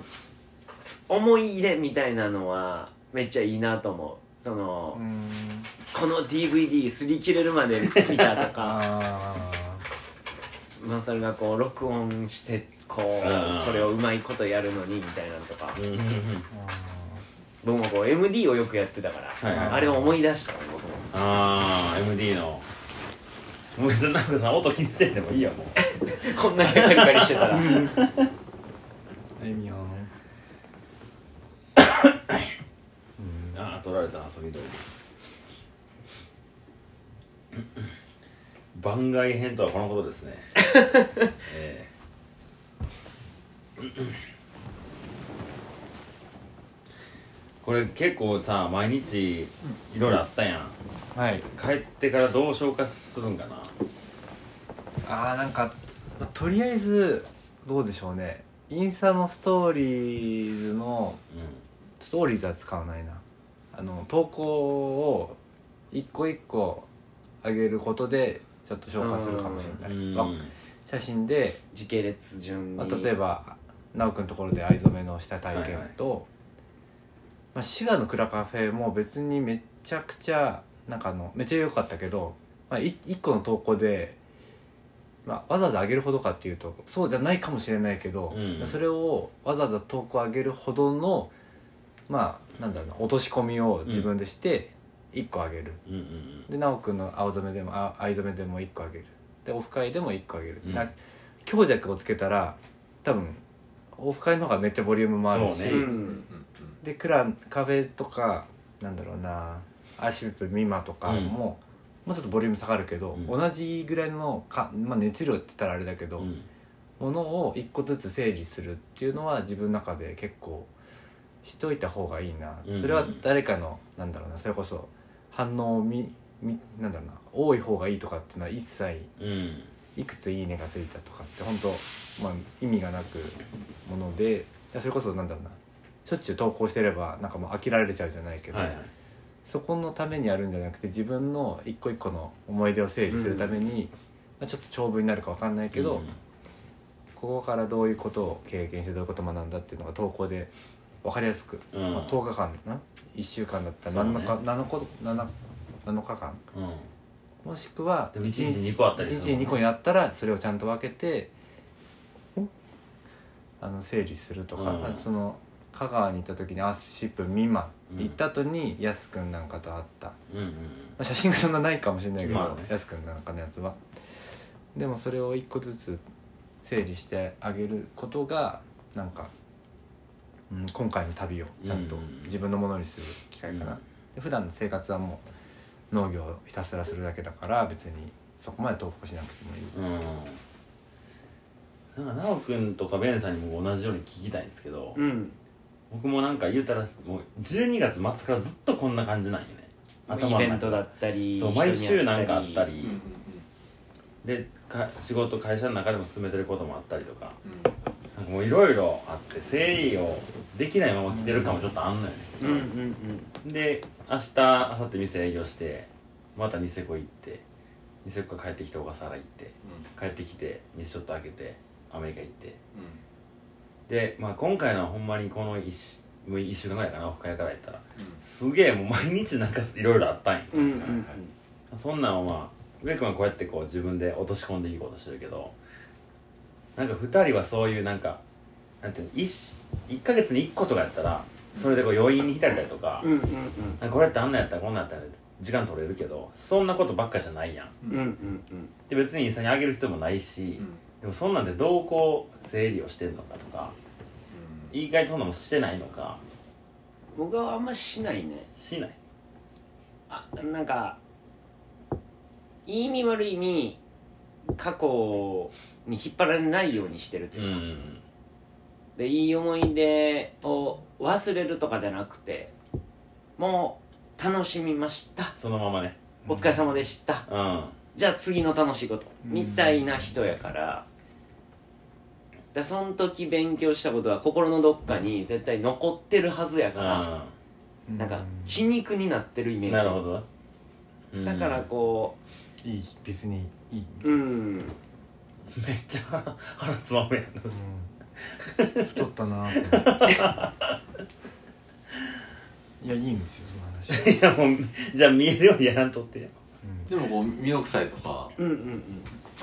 Speaker 4: 思い入れみたいなのはめっちゃいいなと思うその、
Speaker 3: うん
Speaker 4: この DVD 擦り切れるまで見たとか
Speaker 3: あ
Speaker 4: まあそれがこう録音してこ
Speaker 2: うん
Speaker 4: うそれをうまいことやるのにみたいなのとか
Speaker 2: うんうんうん
Speaker 3: ーあ
Speaker 4: 僕もこう MD をよくやってたから、
Speaker 2: はいはい
Speaker 4: あれを思い出したの僕も
Speaker 2: ああ MD のもう別になんかさ音気にせんでもいいやもう
Speaker 4: こんだけカリカリしてたら
Speaker 3: ーえみよん
Speaker 2: ああ取られた遊び通り 番外編とはこのことです ねええこれ結構さ毎日いろいろあったやん
Speaker 3: はい
Speaker 2: 帰ってからどう消化するんかな
Speaker 3: あーなんかとりあえずどうでしょうねインスタのストーリーズの
Speaker 2: う
Speaker 3: ストーリーズは使わないなあの投稿を一個一個上げることでちょっと消化するかもしれない、
Speaker 2: ん
Speaker 3: わ写真で、
Speaker 4: 時系列順に、
Speaker 3: まあ、例えば奈くんのところで藍染めのした体験と、まあ、滋賀の蔵カフェも別にめちゃくちゃなんかあのめっちゃ良かったけど、まあ、い一個の投稿で、まあ、わざわざ上げるほどかっていうとそうじゃないかもしれないけど、
Speaker 2: うん
Speaker 3: それをわざわざ投稿上げるほどのまあなんだろうな落とし込みを自分でして一個上げる、
Speaker 2: うんうんうん
Speaker 3: で奈くんの青染めでもあ藍染めでも1個あげるでオフ会でも1個あげる、
Speaker 2: うん
Speaker 3: な強弱をつけたら多分オフ会の方がめっちゃボリュームもあるし、
Speaker 2: そう
Speaker 4: う
Speaker 2: ね
Speaker 4: ん
Speaker 3: でクラカフェとかなんだろうなアーシップミマとかも、
Speaker 2: うん
Speaker 3: もうちょっとボリューム下がるけど、
Speaker 2: うん
Speaker 3: 同じぐらいのか、まあ、熱量って言ったらあれだけど、
Speaker 2: うん
Speaker 3: ものを1個ずつ整理するっていうのは自分の中で結構しといた方がいいな、
Speaker 2: うん
Speaker 3: それは誰かのなんだろうなそれこそ反応をみみなんだろうな多い方がいいとかっていうのは一切
Speaker 2: うん
Speaker 3: いくつ「いいね」がついたとかって本当まあ意味がなくものでそれこそなんだろうなしょっちゅう投稿してればなんかもう飽きられちゃうじゃないけど、
Speaker 2: はいはい
Speaker 3: そこのためにやるんじゃなくて自分の一個一個の思い出を整理するために、まあ、ちょっと長文になるかわかんないけど。
Speaker 2: うん
Speaker 3: ここからどういうことを経験してどういうことを学んだっていうのが投稿で分かりやすく、
Speaker 2: うん
Speaker 3: まあ、10日間な1週間だった
Speaker 2: そ
Speaker 3: ら
Speaker 2: うね
Speaker 3: 7, 日、7, 個 7, 7日間
Speaker 2: うん
Speaker 3: もしくは
Speaker 2: でも一日2個あったり
Speaker 3: 1
Speaker 2: す
Speaker 3: 日
Speaker 2: るもんね
Speaker 3: 2個にあったらそれをちゃんと分けてあの整理するとか、
Speaker 2: うん
Speaker 3: あとその香川に行った時にアースシップ未満、
Speaker 2: うん
Speaker 3: 行った後にやすくんなんかと会った
Speaker 2: うんうん
Speaker 3: まあ、写真がそんなないかもしれないけど、
Speaker 2: まあね
Speaker 3: やすくんなんかのやつはでもそれを一個ずつ整理してあげることがなんか、うん、今回の旅をちゃんと
Speaker 2: うん
Speaker 3: 自分のものにする機会かな、
Speaker 2: うん
Speaker 3: で普段の生活はもう農業をひたすらするだけだから別にそこまで投稿しなくてもい
Speaker 2: う
Speaker 3: い、
Speaker 2: んなんか奈くんとかベンさんにも同じように聞きたいんですけど、
Speaker 4: うん
Speaker 2: 僕もなんか言うたらもう12月末からずっとこんな感じなんよね
Speaker 4: イ
Speaker 2: の中
Speaker 4: ベントだったり
Speaker 2: そう
Speaker 4: 人
Speaker 2: 毎
Speaker 4: に会
Speaker 2: 週
Speaker 4: っ
Speaker 2: なんかあった
Speaker 4: り
Speaker 2: り、でか仕事会社の中でも進めてることもあったりとかなんかもういろいろあって整理をできないまま来てる感もちょっとあんのよね、
Speaker 4: うんうん
Speaker 2: で明日明後日店営業してまたニセコ行ってニセコから帰ってきて小笠原行って帰ってきて店ちょっと開けてアメリカ行ってで、まあ、今回のはほんまにこの 1, 1週間ぐらいかなオフ会からやったらすげえもう毎日なんかいろいろあったんよ
Speaker 4: うんうんうんうん
Speaker 2: そんなんはまあ上君はこうやってこう自分で落とし込んでいいことしてるけどなんか2人はそういうなんかなんていうの 1, 一ヶ月に1個とかやったらそれでこう余韻に浸れたりとか,、
Speaker 4: うんうん
Speaker 2: なんかこれやったらあんなんやったらこんなんやったら時間取れるけどそんなことばっかじゃないやん
Speaker 4: うんうんうんうん
Speaker 2: で別にインスタに上げる必要もないし、でもそんなんでどうこう整理をしてるのかとか言い換えとんのもしてないのか
Speaker 4: 僕はあんましないね
Speaker 2: しない
Speaker 4: あなんかいい意味悪い意味過去に引っ張られないようにしてると
Speaker 2: う
Speaker 4: い
Speaker 2: ん
Speaker 4: う
Speaker 2: う
Speaker 4: か、
Speaker 2: ん
Speaker 4: でいい思い出を忘れるとかじゃなくてもう楽しみました
Speaker 2: そのままね
Speaker 4: お疲れ様でした、
Speaker 2: うん
Speaker 4: じゃあ次の楽しいこと
Speaker 3: うん
Speaker 4: みたいな人やからだその時勉強したことは心のどっかに絶対残ってるはずやから、
Speaker 2: う
Speaker 3: う
Speaker 4: なんか血肉になってるイメ
Speaker 2: んなる
Speaker 4: ー
Speaker 2: ほど、うん
Speaker 4: ジだからこう
Speaker 6: いい別にいい、
Speaker 4: う
Speaker 6: うん
Speaker 4: ん
Speaker 2: めっちゃ腹腹つまむやん
Speaker 6: 太ったなーって思って いやいいんですよその話、
Speaker 2: いやもうじゃあ見えるようにやらんとってや
Speaker 6: うん
Speaker 1: でもこうミノクサイとか
Speaker 4: うんうん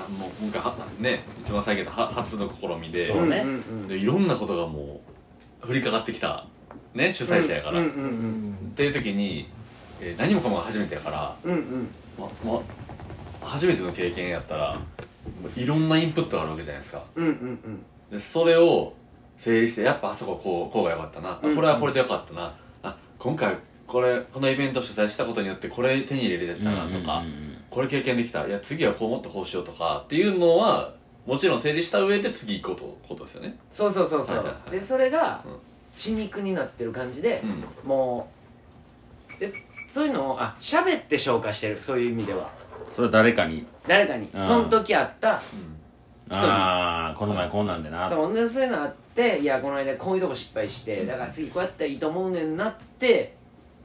Speaker 1: もう今回はね一番最近のは初の試みで
Speaker 2: そうね
Speaker 4: んうん
Speaker 1: でいろんなことがもう降りかかってきたね主催者やから、
Speaker 4: うん
Speaker 1: っ
Speaker 4: うんう
Speaker 6: うんん
Speaker 1: ていう時に、えー何もかもが初めてやから、
Speaker 4: うんうん
Speaker 1: まま、初めての経験やったらもういろんなインプットがあるわけじゃないですか
Speaker 4: うんうん
Speaker 1: でそれを整理してやっぱあそここうこうが良かったな、あ
Speaker 4: うん
Speaker 1: これはこれで良かったなあ今回これこのイベント主催したことによってこれ手に入れれたなとか、
Speaker 2: うんうんうん
Speaker 1: これ経験できたいや次はこうもっとこうしようとかっていうのはもちろん整理した上で次行こうとことですよね
Speaker 4: そうそうそうそ
Speaker 1: はいは
Speaker 4: う
Speaker 1: いはい
Speaker 4: でそれが
Speaker 1: うん
Speaker 4: 血肉になってる感じで
Speaker 1: うん
Speaker 4: もうでそういうのをあ喋って消化してるそういう意味では
Speaker 2: それ誰かに
Speaker 4: 誰かに
Speaker 2: うん
Speaker 4: その時あった人に
Speaker 2: ああこの前こんなんでな
Speaker 4: そうほんでそういうのあっていやこの間こういうとこ失敗してだから次こうやったらいいと思うねんなって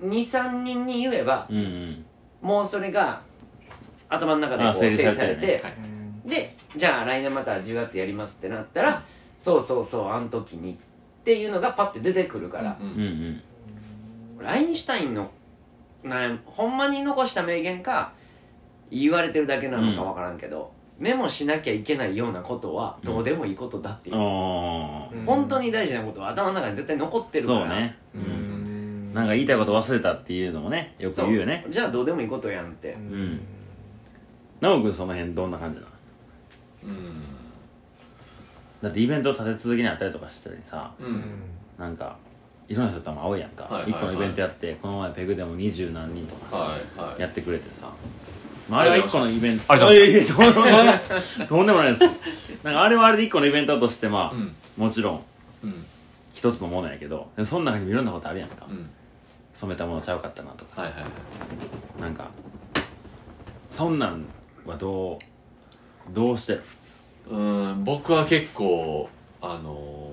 Speaker 4: 23人に言えば
Speaker 2: うんうん
Speaker 4: もうそれが頭の中でこ
Speaker 2: あ
Speaker 4: う
Speaker 2: 整
Speaker 4: 整
Speaker 2: 理
Speaker 4: 理
Speaker 2: されて
Speaker 4: されて、
Speaker 1: はい
Speaker 6: うん
Speaker 4: でじゃあ来年また10月やりますってなったら、そうそうそうあの時にっていうのがパッて出てくるから、
Speaker 1: うん
Speaker 2: うんうん
Speaker 4: ラインシュタインのなんほんまに残した名言か言われてるだけなのかわからんけど、メモしなきゃいけないようなことはどうでもいいことだっていう、
Speaker 2: あ
Speaker 6: うん
Speaker 4: 本当に大事なことは頭の中に絶対残って
Speaker 2: あ
Speaker 4: るから
Speaker 2: そうね
Speaker 6: う
Speaker 2: うん
Speaker 6: ん
Speaker 2: なんか言いたいこと忘れたっていうのもねよく
Speaker 4: そう
Speaker 2: 言うよね
Speaker 4: じゃあどうでもいいことやんって
Speaker 6: う、
Speaker 2: んなおくんその辺どんな感じなの
Speaker 1: うん
Speaker 2: だってイベント立て続けにあったりとかしたりさ
Speaker 1: う
Speaker 6: うんん
Speaker 2: なんかいろんな人とも会うやんか、
Speaker 1: はいはいはい
Speaker 2: 一個のイベントやってこの前ペグでも二十何人とかさ
Speaker 1: はいはい
Speaker 2: やってくれてさ、まあ、あれは一個のイベント
Speaker 5: ありがとうござい
Speaker 2: ま とんでもないですなんかあれはあれで一個のイベントとしてまあ、
Speaker 1: うん
Speaker 2: もちろん
Speaker 1: うん
Speaker 2: 一つのものやけどでもその中にもいろんなことあるやんか、
Speaker 1: うん
Speaker 2: 染めたものちゃうかったなとかさ、
Speaker 1: はいはいはい
Speaker 2: なんかそんなんはどうどうしてる
Speaker 1: うん僕は結構あのー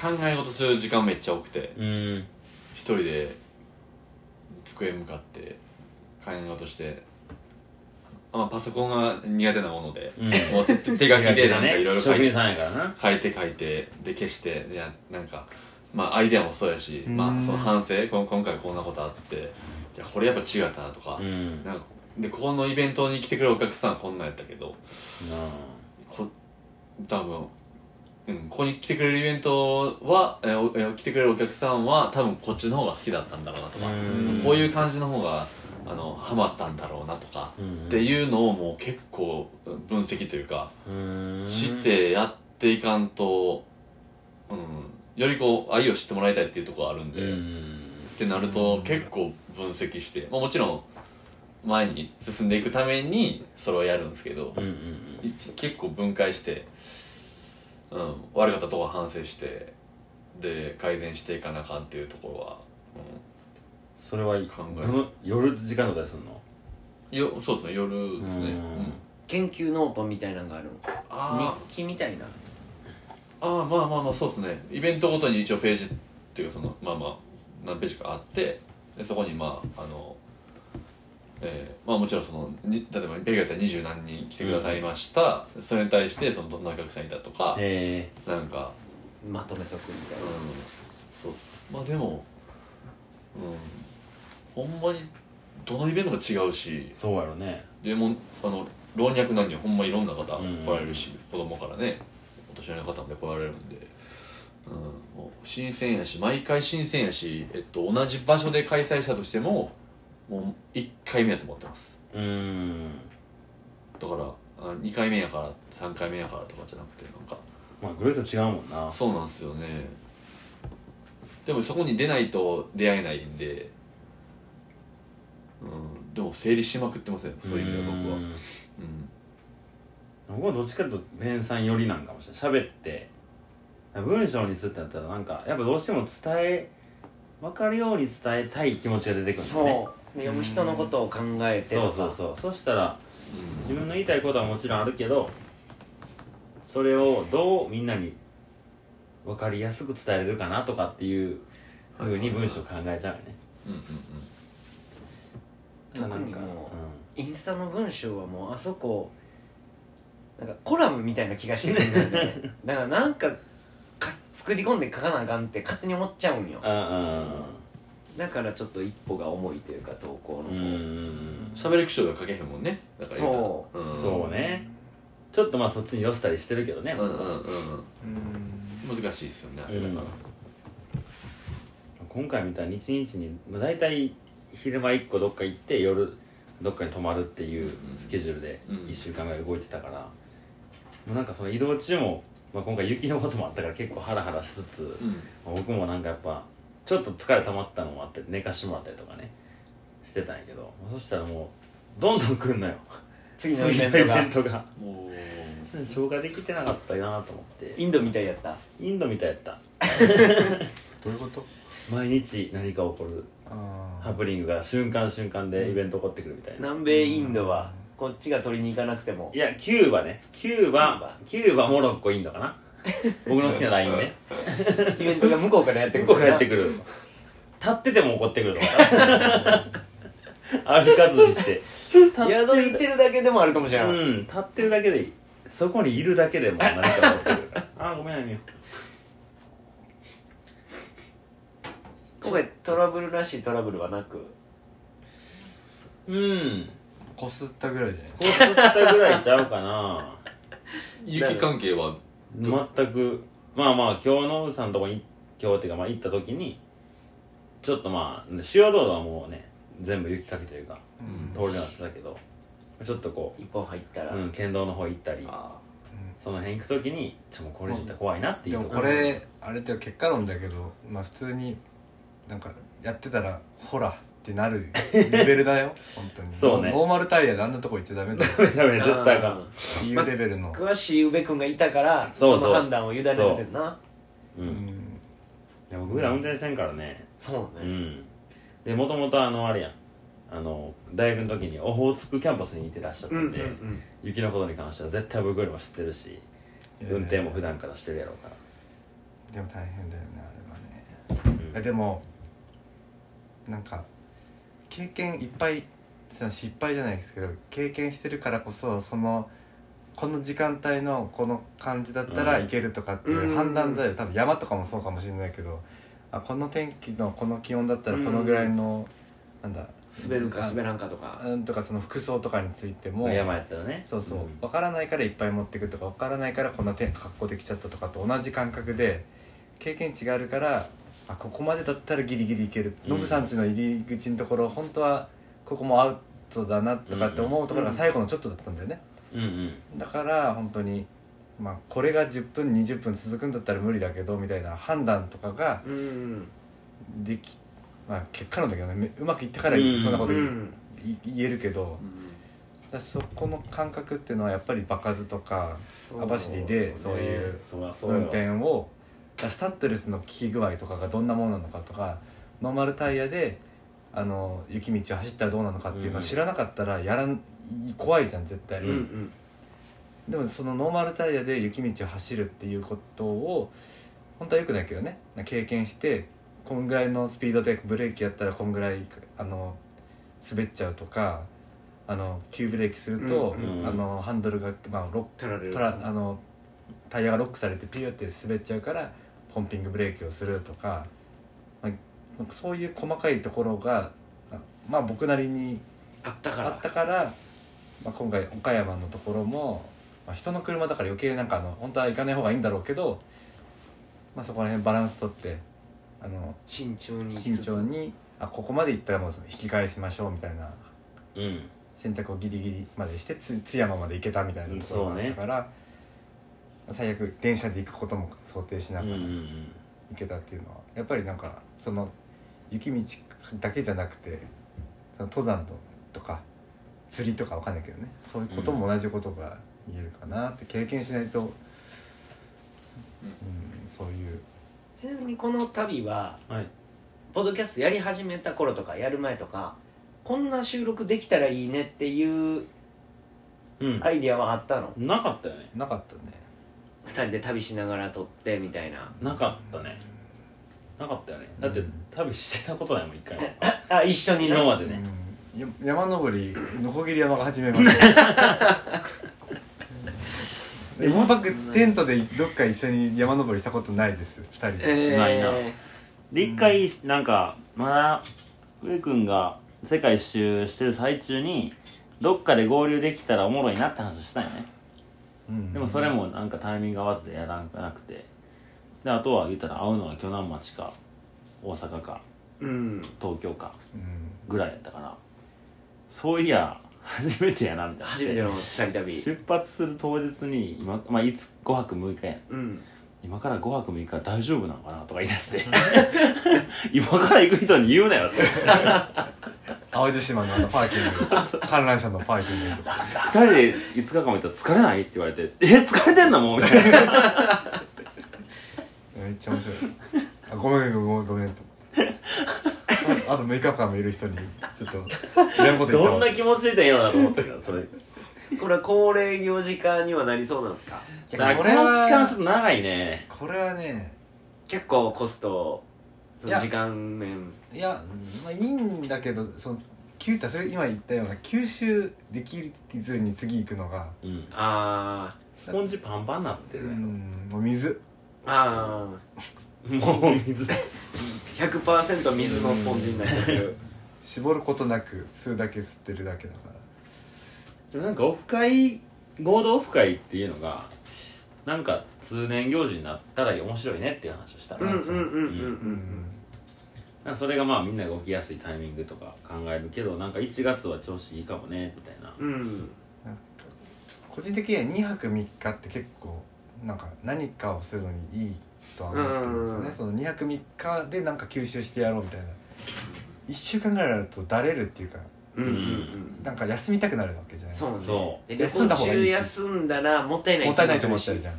Speaker 1: 考え事する時間めっちゃ多くて
Speaker 2: うん
Speaker 1: 一人で机向かって考え事してあまあパソコンが苦手なもので、
Speaker 2: うん
Speaker 1: もう手手書きでなんかいろいろ書
Speaker 2: 職
Speaker 1: いて
Speaker 2: 人さんやからな
Speaker 1: 書いて書いてで消していやなんかまあアイデアもそうやし、
Speaker 6: うん
Speaker 1: まあ、その反省こん今回こんなことあっていやこれやっぱ違ったなとか,、
Speaker 2: うんな
Speaker 1: なんかでここのイベントに来てくれるお客さんこんなんやったけどこ多分、うん、ここに来てくれるイベントはえおえ来てくれるお客さんは多分こっちの方が好きだったんだろうなとか、
Speaker 2: うん
Speaker 1: こういう感じの方があのハマったんだろうなとか、
Speaker 2: うん
Speaker 1: っていうのをもう結構分析というか、
Speaker 2: うん
Speaker 1: 知ってやっていかんと、うん、よりこう愛を知ってもらいたいっていうところがあるん
Speaker 2: う
Speaker 1: で、っ
Speaker 2: ん
Speaker 1: てなると結構分析して、まあ、もちろん前に進んでいくためにそれはやるんですけど
Speaker 2: うんう、ん
Speaker 1: い結構分解して、うん、悪かったとこは反省してで改善していかなあかんっていうところは、
Speaker 2: それは
Speaker 1: 考
Speaker 2: 考
Speaker 1: え
Speaker 2: えの夜時間とかですんの
Speaker 1: うん、よそうですね夜ですね、
Speaker 2: う
Speaker 1: うんん
Speaker 4: 研究ノートみたいなのがあるの
Speaker 1: あ
Speaker 4: 日記みたい
Speaker 1: ー
Speaker 4: な
Speaker 1: あーまあまあまあそうですねイベントごとに一応ページっていうかそのまあまあ何ページかあってでそこにまああの、えーまあもちろんそのに例えばペグやったら二十何人来てくださいました、それに対してそのどんなお客さんいたとか、
Speaker 2: え
Speaker 1: なんか、
Speaker 4: まとめとくみたい
Speaker 1: うん
Speaker 4: な、、
Speaker 1: そうっすまあでも、うん、ほんまにどのイベントも違うし
Speaker 2: えそうやろね
Speaker 1: でもあの老若男女ほんまいろんな方
Speaker 2: うん
Speaker 1: 来られるし、子供からねお年寄りの方まで来られるんで、うん、もう新鮮やし毎回新鮮やし、えっと、同じ場所で開催したとしてももう1回目やと思ってます
Speaker 2: うん
Speaker 1: だからあ2回目やから3回目やからとかじゃなくてなんか
Speaker 2: まあグレート違うもんな
Speaker 1: そうなんですよねでもそこに出ないと出会えないんで、うん、でも整理しまくってますねそういう意味では僕は、
Speaker 2: ん
Speaker 1: うん、
Speaker 2: 僕はどっちかというと弁さん寄りなんかもしれない喋って文章にするってなったらなんかやっぱどうしても伝え分かるように伝えたい気持ちが出てくるんだよね
Speaker 4: そう読む人のことを考えて
Speaker 2: そう
Speaker 4: と
Speaker 2: そう
Speaker 4: か
Speaker 2: そうそしたら
Speaker 1: うん
Speaker 2: 自分の言いたいことはもちろんあるけどそれをどうみんなに分かりやすく伝えれるかなとかっていうふうに文章考えちゃうよね
Speaker 1: うんうんうん
Speaker 2: な
Speaker 4: 特
Speaker 2: ん
Speaker 4: に
Speaker 2: か
Speaker 4: もうインスタの文章はもうあそこなんかコラムみたいな気がしてくるんだよ ねだからなんかか作り込んで書かなあかんって勝手に思っちゃうんよ
Speaker 2: ああ
Speaker 4: だからちょっと一歩が重いというか投稿の
Speaker 2: うんう
Speaker 4: 方、
Speaker 2: ん
Speaker 1: 喋り口調が書けへんもんねだから言たら
Speaker 4: そ
Speaker 1: うん、
Speaker 2: そうねちょっとまあそっちに寄せたりしてるけどね、
Speaker 1: うんうんうん
Speaker 3: うん
Speaker 1: うん難しいですよねあ
Speaker 2: う
Speaker 1: れだ
Speaker 2: ん
Speaker 1: から、
Speaker 2: 今回みたいに一日にまあ大体昼間1個どっか行って夜どっかに泊まるっていうスケジュールで
Speaker 1: うん
Speaker 2: 1週間ぐらい動いてたから、もうなんかその移動中も、まあ、今回雪のこともあったから結構ハラハラしつつ、
Speaker 1: うん
Speaker 2: まあ僕もなんかやっぱちょっと疲れ溜まったのもあって寝かしてもらったりとかねしてたんやけどまあそしたらもうどんどん来んのよ
Speaker 4: 次
Speaker 2: 次の
Speaker 4: のイ
Speaker 2: イ
Speaker 4: ベン
Speaker 2: ベ
Speaker 4: ト
Speaker 2: ン
Speaker 4: が
Speaker 2: トが
Speaker 1: もう
Speaker 2: 消化できてなかったなと思って
Speaker 4: インドみたいやった
Speaker 2: インドみたいやった
Speaker 3: どういうこと
Speaker 2: 毎日何か起こる
Speaker 3: あ
Speaker 2: ハプニングが瞬間瞬間でイベント起こってくるみたいな、
Speaker 4: 南米インドはこっちが取りに行かなくても
Speaker 2: いやキューバねキューバキューバモロッコインドか な僕の好きなラインね
Speaker 4: イベントが向こうからやって
Speaker 2: 結
Speaker 4: く
Speaker 2: 構
Speaker 4: る
Speaker 2: 帰ってくる立ってても怒ってくるとか 歩かずにして
Speaker 4: 宿行ってるだけでもあるかもしれない、
Speaker 2: うん立ってるだけでいいそこにいるだけでも何か起こってくるから あーごめんなみよ
Speaker 4: 今回トラブルらしいトラブルはなく
Speaker 2: うん
Speaker 3: こすったぐらいじゃない
Speaker 2: こうすったぐらいちゃうかな
Speaker 1: 雪関係は
Speaker 2: 全くまあまあ今日のうさんのとこに今日っていうかまあ行った時にちょっとまあ主要道路はもうね全部雪かきというか
Speaker 3: うん
Speaker 2: 通れなかったけどちょっとこ
Speaker 4: 一本入った
Speaker 2: う、
Speaker 4: ら、
Speaker 2: うん、県道の方行ったり
Speaker 1: あ
Speaker 2: その辺行く時にちょっともうこれじゃ怖いなってい
Speaker 3: で
Speaker 2: うと
Speaker 3: も
Speaker 2: こ
Speaker 3: こ
Speaker 2: ろ
Speaker 3: れあれって結果論だけどまあ普通になんかやってたらほらってなるレベルだよ本当に
Speaker 2: そうね
Speaker 3: ノーマルタイヤであんなとこ行っちゃダメだよ
Speaker 2: ダメダメ絶対あか
Speaker 4: うんん
Speaker 3: っていうレベルの、
Speaker 4: 詳しい宇部君がいたから
Speaker 2: そうそう
Speaker 4: の判断を委ねてるな
Speaker 2: う
Speaker 3: うんん
Speaker 2: いや僕普段運転せんからね
Speaker 4: そう
Speaker 2: う
Speaker 4: ね、
Speaker 2: んでもともとあのあれやんあの大学の時にオホーツクキャンパスにいてらっしゃった
Speaker 4: うんうんん
Speaker 2: で、雪のことに関しては絶対僕よりも知ってるし運転も普段からしてるやろうから
Speaker 3: でも大変だよねあれはね
Speaker 2: うん
Speaker 3: えでもなんか経験いっぱいその失敗じゃないですけど経験してるからこそそのこの時間帯のこの感じだったら
Speaker 2: うん
Speaker 3: いけるとかっていう判断材料多分山とかもそうかもしれないけどあこの天気のこの気温だったらこのぐらいのなんだ
Speaker 4: 滑るか滑
Speaker 3: ら
Speaker 4: らんかとか
Speaker 3: んとかその服装とかについても
Speaker 2: 山やったらね
Speaker 3: そうそう、
Speaker 2: ん
Speaker 3: 分からないからいっぱい持ってくるとか分からないからこんな手格好できちゃったとかと同じ感覚で経験値があるからあここまでだったらギリギリいける
Speaker 2: うん
Speaker 3: ノブ、さんちの入り口のところ本当はここもアウトだなとかって思うところが最後のちょっとだったんだよね、
Speaker 2: うんうん
Speaker 3: だから本当にまあこれが10分20分続くんだったら無理だけどみたいな判断とかが
Speaker 4: うんうん
Speaker 3: できまあ結果のだけどねめうまくいったからそんなこ
Speaker 4: う
Speaker 3: と言,、
Speaker 4: ん
Speaker 3: 言えるけど
Speaker 1: あ、うん
Speaker 3: だからそこの感覚っていうのはやっぱり場数とか
Speaker 4: そう
Speaker 3: 網走でそういう
Speaker 2: そりゃそうよ
Speaker 3: 運転をだからスタッドレスの効き具合とかがどんなものなのかとかノーマルタイヤであの雪道を走ったらどうなのかっていうの
Speaker 2: う
Speaker 3: を
Speaker 2: ん
Speaker 3: 知らなかったらやらん怖いじゃん絶対、
Speaker 2: うん
Speaker 4: うんうん
Speaker 3: でもそのノーマルタイヤで雪道を走るっていうことを本当はよくないけどね経験してこんぐらいのスピードでブレーキやったらこんぐらいあの滑っちゃうとかあの急ブレーキすると、
Speaker 2: うんうん
Speaker 3: あのハンドルが、まあ、ロック
Speaker 4: 取られる
Speaker 3: トラあのタイヤがロックされてピューって滑っちゃうからポンピングブレーキをするとか、まあ、なんかそういう細かいところがあまあ僕なりに
Speaker 4: あったから
Speaker 3: あったから、まあ、今回岡山のところも、まあ、人の車だから余計なんかあの本当は行かない方がいいんだろうけど、まあ、そこら辺バランス取ってあの
Speaker 4: 慎重に
Speaker 3: 慎重にあここまで行ったらもう引き返しましょうみたいな
Speaker 2: うん
Speaker 3: 選択をギリギリまでしてつ津山まで行けたみたいなところがあったから、最悪電車で行くことも想定しな
Speaker 2: う
Speaker 3: が
Speaker 2: ん
Speaker 3: ら
Speaker 2: うんう
Speaker 3: 行
Speaker 2: ん
Speaker 3: けたっていうのは、やっぱりなんかその雪道だけじゃなくてその登山のとか釣りとかわかんないけどねそういうことも同じことが言えるかなって経験しないと、うんそういう
Speaker 4: ちなみにこの旅は
Speaker 2: はい
Speaker 4: ポッドキャストやり始めた頃とかやる前とかこんな収録できたらいいねっていう
Speaker 2: うん
Speaker 4: アイディアはあったの
Speaker 2: なかったよね
Speaker 3: なかったね
Speaker 4: 二人で旅しながら撮ってみたいな
Speaker 2: なかったねなかったよねだって
Speaker 3: うん
Speaker 2: 旅してたことないもん一回も
Speaker 4: あ一緒にね
Speaker 2: 今までね
Speaker 3: うんや山登りのこぎり山が始めました 一泊テントでどっか一緒に山登りしたことないです二人で、
Speaker 4: えー、
Speaker 2: ないなで一回なんかまだ上君が世界一周してる最中にどっかで合流できたらおもろいなって話したよね
Speaker 3: うん
Speaker 2: でもそれもなんかタイミング合わずでやらなくてであとは言ったら会うのは鋸南町か大阪か
Speaker 4: うん
Speaker 2: 東京か
Speaker 3: うん
Speaker 2: ぐらいやったからそういや初めてやなみたいな
Speaker 4: 初めての二人旅
Speaker 2: 出発する当日に今、まあ、いつ5泊6日やん
Speaker 4: うん
Speaker 2: 今から5泊6日大丈夫なのかなとか言い出 して今から行く人に言うなよそれ
Speaker 3: 淡路島のあのパーキング観覧車のパーキングとか
Speaker 2: 2人で5日間もいたら疲れないって言われて「え疲れてんの もう」みたいな
Speaker 3: めっちゃ面白いあごめんごめんごめんと思ってああと6日間もいる人にちょっといらんこと言った
Speaker 2: ど
Speaker 3: わ
Speaker 2: んな気持ちでいたんやろうなと思ったけどそれ
Speaker 4: これは恒例行事化にはなりそうなんですか
Speaker 3: い
Speaker 2: だから
Speaker 3: や
Speaker 2: こ
Speaker 3: こ
Speaker 2: の
Speaker 3: れ
Speaker 2: 期間ちょっ
Speaker 3: は
Speaker 2: と長いね
Speaker 3: これはね
Speaker 4: 結構コスト
Speaker 3: い
Speaker 4: その
Speaker 3: や
Speaker 4: 時間面
Speaker 3: いや、まあ、いいんだけどその九州それ今言ったような吸収できずに次行くのが、
Speaker 2: うん
Speaker 4: あ
Speaker 2: スポンジパンパンになって
Speaker 3: う
Speaker 2: るね
Speaker 3: ん、もう水
Speaker 4: ーあ
Speaker 2: もう水
Speaker 4: ー100%水のスポンジになってる
Speaker 3: 絞ることなく吸うだけ吸ってるだけだから
Speaker 2: でもなんかオフ会合同オフ会っていうのがなんか通年行事になったら面白いねっていう話をした
Speaker 4: う
Speaker 2: ら、
Speaker 4: んうん
Speaker 2: そ
Speaker 4: うんうん
Speaker 3: うん
Speaker 2: なんかそれがまあみんなが起きやすいタイミングとか考えるけどなんか1月は調子いいかもねみたいな
Speaker 4: うんうん
Speaker 3: なんか個人的には2泊3日って結構なんか何かをするのにいいとは思ってるんですよ
Speaker 4: う
Speaker 3: ね
Speaker 4: ん
Speaker 3: その2泊3日でなんか吸収してやろうみたいな1週間ぐらいになるとだれるっていうか
Speaker 4: うんうん
Speaker 2: うん
Speaker 3: なんか休みたくなるわけじゃないです
Speaker 4: そう
Speaker 3: か
Speaker 4: ね
Speaker 2: そ
Speaker 4: で旅
Speaker 3: 休んだ方がいいし
Speaker 4: 行中休んだらもったいない
Speaker 3: もったいないと思っちゃ
Speaker 4: ゃ
Speaker 3: う
Speaker 4: う
Speaker 3: じゃん
Speaker 2: うん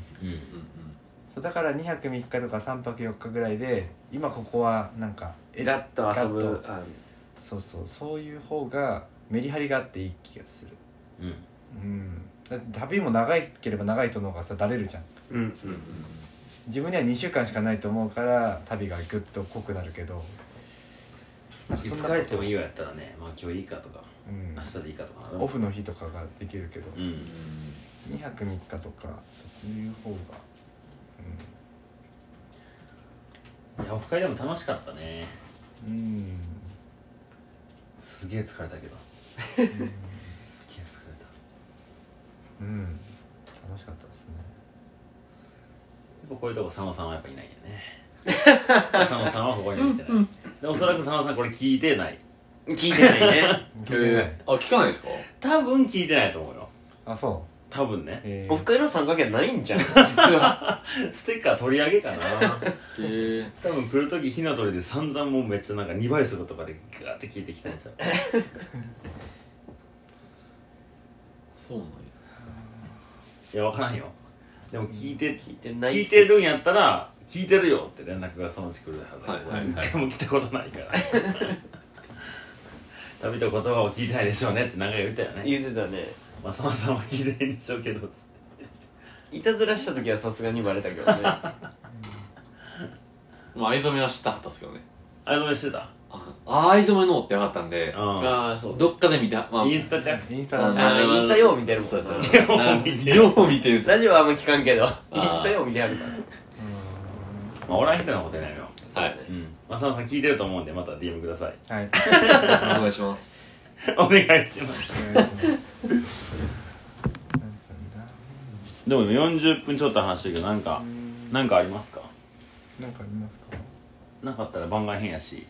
Speaker 3: そうだから2泊3日とか3泊4日ぐらいで今ここはなんかえ
Speaker 4: ガッと遊
Speaker 3: ガ
Speaker 4: ぶ
Speaker 3: ッと
Speaker 4: あ
Speaker 3: そうそうそういう方がメリハリがあっていい気がする
Speaker 2: うん
Speaker 3: うんだって旅も長いければ長いとの方がさだれるじゃん
Speaker 4: うんうん
Speaker 1: うんうん
Speaker 3: 自分には2週間しかないと思うから旅がぐっと濃くなるけどなんかそんな
Speaker 2: 疲れてもいいよやったらねまあ今日いいかとか
Speaker 3: うん
Speaker 2: 明日でいいかとか
Speaker 3: オフの日とかができるけど、
Speaker 2: う
Speaker 1: うん
Speaker 2: ん
Speaker 3: 2泊3日とかそういう方が、
Speaker 2: いやオフ会でも楽しかったね
Speaker 3: うん、うん
Speaker 2: すげえ疲れたけどすげえ疲れた
Speaker 3: うん、楽しかったですね
Speaker 2: やっぱこういうとこ佐野さんはやっぱいないよね佐野さんはここにはいてない、でおそらく佐野さんこれ聞いてない
Speaker 4: 聞いてないね
Speaker 1: えー、あ聞かないですか
Speaker 2: 多分聞いてないと思うよ
Speaker 3: あそう
Speaker 2: 多分ね
Speaker 3: えー
Speaker 4: オフ会の参加権ないんじゃん実は
Speaker 2: ステッカー取り上げかな
Speaker 1: えー、
Speaker 2: 多分来る時火の鳥で散々もうめっちゃなんか2倍するとかでガーって聞いてきたんちゃう
Speaker 1: そうなんや
Speaker 2: いやわからんよでも聞いて、
Speaker 4: 聞いてない
Speaker 2: 聞いてるんやったら聞いてるよって連絡がそのうち来るはずだけど
Speaker 1: はいはいはい
Speaker 2: 一回も来たことないから旅と言葉を聞いてないでしょうねって長い言ったよね
Speaker 4: 言ってたね
Speaker 2: まあ佐野さんは聞いてないんでしょうけどつって
Speaker 4: いたずらした時はさすがにバレたけどね
Speaker 1: まあ藍染めはしたはったっすけどね
Speaker 2: あれどうしてた
Speaker 1: ああ藍染めのって分かったんで
Speaker 2: う
Speaker 4: ああそう
Speaker 1: どっかで見たまあ
Speaker 2: んインスタちゃん
Speaker 3: インスタ
Speaker 1: あ
Speaker 3: だね
Speaker 4: あーインスタよう見てるもん
Speaker 1: そうそう
Speaker 4: よ
Speaker 1: そうあーよう見てるんです
Speaker 4: ラジオはあんま聞かんけどインスタよう見てあるから
Speaker 2: まあおらん人のことやないよ
Speaker 1: は
Speaker 4: そう
Speaker 1: い
Speaker 4: ね
Speaker 2: うんまあ佐野さん聞いてると思うんでまた DM ください
Speaker 3: はい
Speaker 1: お願いし ます
Speaker 2: お願いします
Speaker 3: お願いします何分だ
Speaker 2: でも今40分ちょっと話してるけどなんかなんかありますか
Speaker 3: なんかありますか
Speaker 2: なかったら番外編やし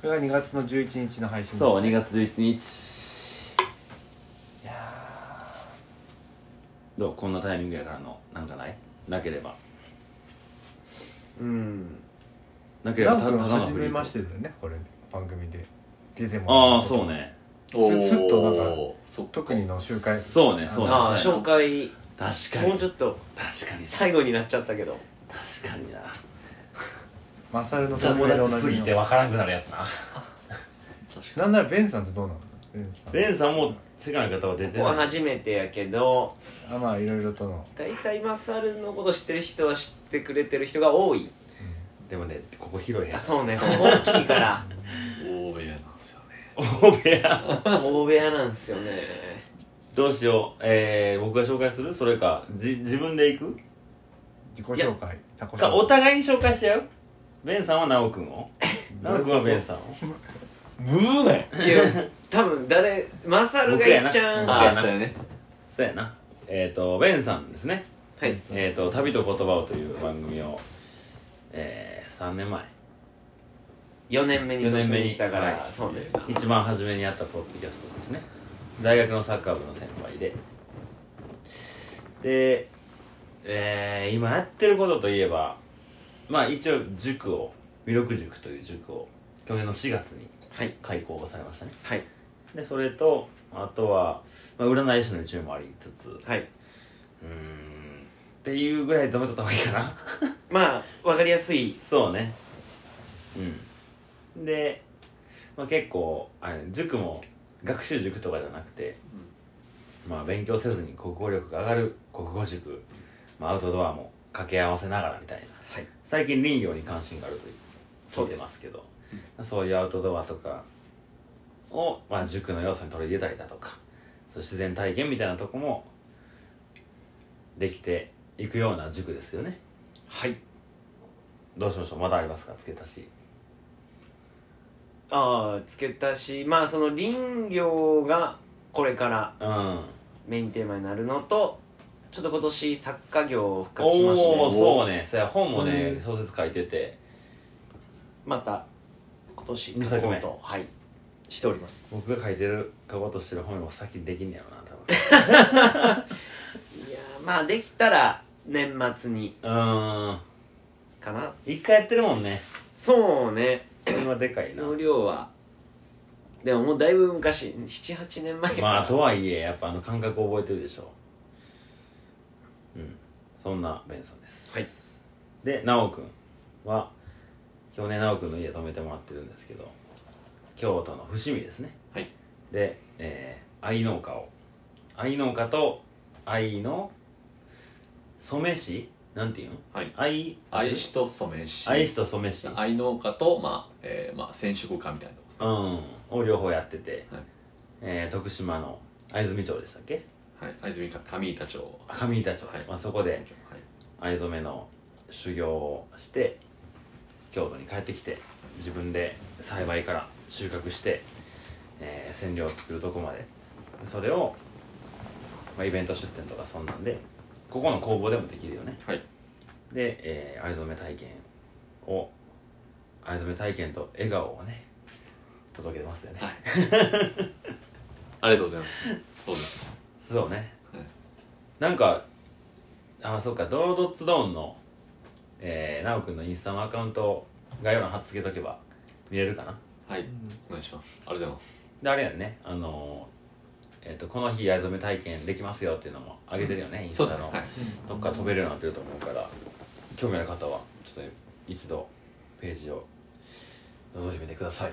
Speaker 3: これが2月の11日の配信です
Speaker 2: そう2月11日どうこんなタイミングやからのなんかないなければ
Speaker 4: うん
Speaker 2: なければ
Speaker 3: なんか
Speaker 2: ただの
Speaker 3: 初
Speaker 2: フリ
Speaker 3: め
Speaker 2: ートー
Speaker 3: ま
Speaker 2: ク
Speaker 3: してだよねこれ番組で出てもら
Speaker 2: ああ
Speaker 3: ったこと
Speaker 2: そうね
Speaker 1: お
Speaker 3: すっとなんか
Speaker 1: そっか
Speaker 3: 特にの集会
Speaker 2: そうねそうね
Speaker 4: ああ
Speaker 2: そう
Speaker 4: 紹
Speaker 2: ね
Speaker 4: 介
Speaker 2: 確かに
Speaker 4: もうちょっと
Speaker 2: 確かに
Speaker 4: 最後になっちゃったけど
Speaker 2: 確かにな
Speaker 3: マサルの説明
Speaker 2: 友
Speaker 3: でお
Speaker 2: 達
Speaker 3: な
Speaker 2: す
Speaker 3: じ
Speaker 2: ぎ
Speaker 3: み
Speaker 2: て
Speaker 3: の
Speaker 2: 分からんくなるやつな
Speaker 3: なんならベンさんってどうなのベンさん
Speaker 2: レンさんも世界の方は出
Speaker 4: こ
Speaker 2: て
Speaker 4: こは
Speaker 2: ない
Speaker 4: 初めてやけど
Speaker 3: あまあいろいろとの
Speaker 4: 大体マサルのこと知ってる人は知ってくれてる人が多い
Speaker 2: でもねここ広い
Speaker 4: あ
Speaker 2: やつ
Speaker 4: そうねここ大きいから
Speaker 1: 大部屋なんですよね
Speaker 2: 大部屋
Speaker 4: 大部屋なんですよね
Speaker 2: どうしよう、えー、僕が紹介するそれかじ自分で行
Speaker 6: 自己紹介他己
Speaker 2: く
Speaker 6: 紹
Speaker 2: かお
Speaker 6: 介
Speaker 2: 互いに紹介しちゃうベンさんは直くんを直くんはベンさんを
Speaker 1: むずない
Speaker 4: いや多分誰マサルがいっちゃうん
Speaker 2: 僕や
Speaker 1: ああ
Speaker 2: な
Speaker 1: そうやね
Speaker 2: そうやなえっ、ー、とベンさんですね
Speaker 4: はい
Speaker 2: えー、と「旅と言葉を」という番組を、えー、3年前
Speaker 4: 4年目に
Speaker 2: 4年目
Speaker 4: 突
Speaker 2: に
Speaker 4: 入したから
Speaker 2: はい
Speaker 4: そうね
Speaker 2: 一番初めにやったポッドキャストですね大学のサッカー部の先輩でで、えー、今やってることといえばまあ一応塾を弥勒塾という塾を去年の4月に
Speaker 4: はい
Speaker 2: 開校されましたね
Speaker 4: はい
Speaker 2: でそれとあとは、まあ、占い師の一面もありつつう
Speaker 4: はい
Speaker 2: ーんっていうぐらい止めとった方がいいかな
Speaker 4: まあ分かりやすい
Speaker 2: そうねうんで、まあ、結構あれ塾も学習塾とかじゃなくて、まあ勉強せずに国語力が上がる国語塾、まあ、アウトドアも掛け合わせながらみたいな
Speaker 4: はい
Speaker 2: 最近林業に関心があると
Speaker 4: そ
Speaker 2: 聞
Speaker 4: う
Speaker 2: い
Speaker 4: で
Speaker 2: て
Speaker 4: す
Speaker 2: ますけどそういうアウトドアとかを、まあ、塾の要素に取り入れたりだとかそういう自然体験みたいなとこもできていくような塾ですよね
Speaker 4: はい
Speaker 2: どうしましょうまだありますか付け足し
Speaker 4: ああ付け足しまあその林業がこれから
Speaker 2: うん
Speaker 4: メインテーマになるのとちょっと今年作家業を復活し
Speaker 2: お
Speaker 4: まして
Speaker 2: おーそうねそや本もね小説書いてて
Speaker 4: また今年
Speaker 2: 二作目
Speaker 4: 書こうとはいしております
Speaker 2: 僕が書いてる書こうとしてる本よりも先にできんねやろな多
Speaker 4: いやーまあできたら年末に
Speaker 2: 分うーん
Speaker 4: かな
Speaker 2: 一回やってるもんね
Speaker 4: そうね
Speaker 2: それはでかいな
Speaker 4: の量はでももうだいぶ昔78年前
Speaker 2: まあとはいえやっぱあの感覚覚えてるでしょうんそんなベンさんです
Speaker 4: はい
Speaker 2: で奈くんは今日ね奈くんの家泊めてもらってるんですけど京都の伏見ですね
Speaker 1: はい
Speaker 2: で、えー、藍農家を藍農家と藍の染め師なんていうの
Speaker 1: はい
Speaker 2: 藍
Speaker 1: 愛しと染めし
Speaker 2: 藍師と染め師
Speaker 1: 愛農家と、まあえーまあ、染色家みたいなとこです
Speaker 2: うんを両方やってて、
Speaker 1: はい
Speaker 2: えー徳島の藍住町でしたっけ
Speaker 1: はい、藍住か上板町は
Speaker 2: 上板町、
Speaker 1: はい
Speaker 2: まあ、そこで
Speaker 1: い、
Speaker 2: 藍染めの修行をして京都に帰ってきて自分で栽培から収穫して、えー染料を作るとこまでそれを、まあ、イベント出店とかそんなんでここの工房でもできるよね
Speaker 1: はい
Speaker 2: で、えー藍染め体験を藍染め体験と笑顔をね届けてますよね、
Speaker 1: はいありがとうございますそうです
Speaker 2: そうね、
Speaker 1: はい
Speaker 2: なんかあそっかドロドッツドーンのえー、なおくんのインスタのアカウントを概要欄貼っつけとけば見れるかな
Speaker 1: はいお願いしますありがとうございます
Speaker 2: であれやんねあのーえっ、とこの日藍染め体験できますよっていうのも上げてるよね、イン
Speaker 1: そう
Speaker 2: ス
Speaker 1: で
Speaker 2: タ
Speaker 1: すね
Speaker 2: の、
Speaker 1: はい
Speaker 2: どっから飛べるようになってると思うから興味ある方はちょっと一度ページを覗いてみてください、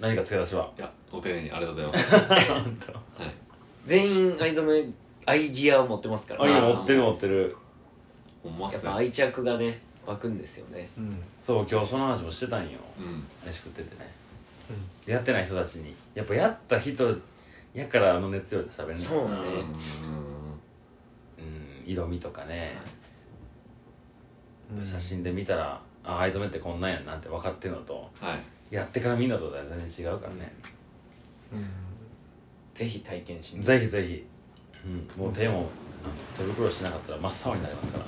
Speaker 2: 何か付け出しは
Speaker 1: いやお丁寧にありがとうございます
Speaker 2: 本当
Speaker 1: はい
Speaker 4: 全員藍染めアイディアを持ってますから
Speaker 2: あ
Speaker 4: ね
Speaker 2: 今
Speaker 1: や
Speaker 2: 持ってる持ってる
Speaker 1: 思わ
Speaker 4: や
Speaker 1: せ
Speaker 4: ったぱ愛着がね湧くんですよね
Speaker 6: うん
Speaker 2: そう今日その話もしてたんよ
Speaker 1: うん
Speaker 2: 飯食っててね、やってない人たちにやっぱやった人やからあの熱量で喋る
Speaker 4: そ
Speaker 2: の
Speaker 4: う
Speaker 1: う
Speaker 4: ね
Speaker 1: ん
Speaker 2: うん色味とかね、
Speaker 6: うん
Speaker 2: 写真で見たらあ藍染めってこんなんやんなんて分かってるのと
Speaker 1: はい
Speaker 2: やってから見るのとでは全然違うからね、
Speaker 4: ぜひ体験しに
Speaker 2: ぜひぜひ、うん、もう手もあの手袋しなかったら真っ青になりますか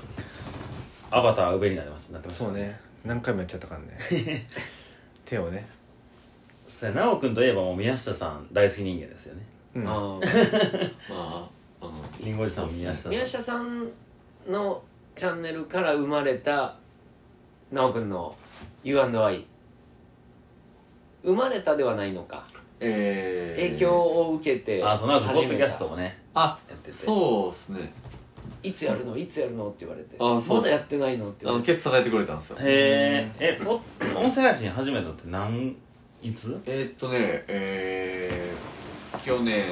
Speaker 2: らアバターは上になりますなってます
Speaker 6: そうね何回もやっちゃったからね 手をね
Speaker 2: さあ奈緒君といえばもう宮下さん大好き人間ですよね
Speaker 6: うん
Speaker 4: あ
Speaker 1: まああの
Speaker 2: りんごじさんも宮下
Speaker 4: ー
Speaker 2: さん
Speaker 4: 宮下さんのチャンネルから生まれた奈くんの U&I 生まれたではないのか
Speaker 1: えー、
Speaker 4: 影響を受けて
Speaker 2: あその後ポッ
Speaker 4: 始
Speaker 2: ド
Speaker 4: め
Speaker 2: キャ
Speaker 4: た
Speaker 2: ストもね
Speaker 1: あ
Speaker 2: やってて
Speaker 1: そうですね
Speaker 4: いつやるのいつやるのって言われて
Speaker 1: あそう
Speaker 4: まだやってないのって
Speaker 1: あ
Speaker 4: 言
Speaker 1: の
Speaker 4: われて
Speaker 1: ケツ叩いてくれたんですよ
Speaker 2: へええポ音声配信始めたのって何いつ
Speaker 1: えー、っとねえー、去年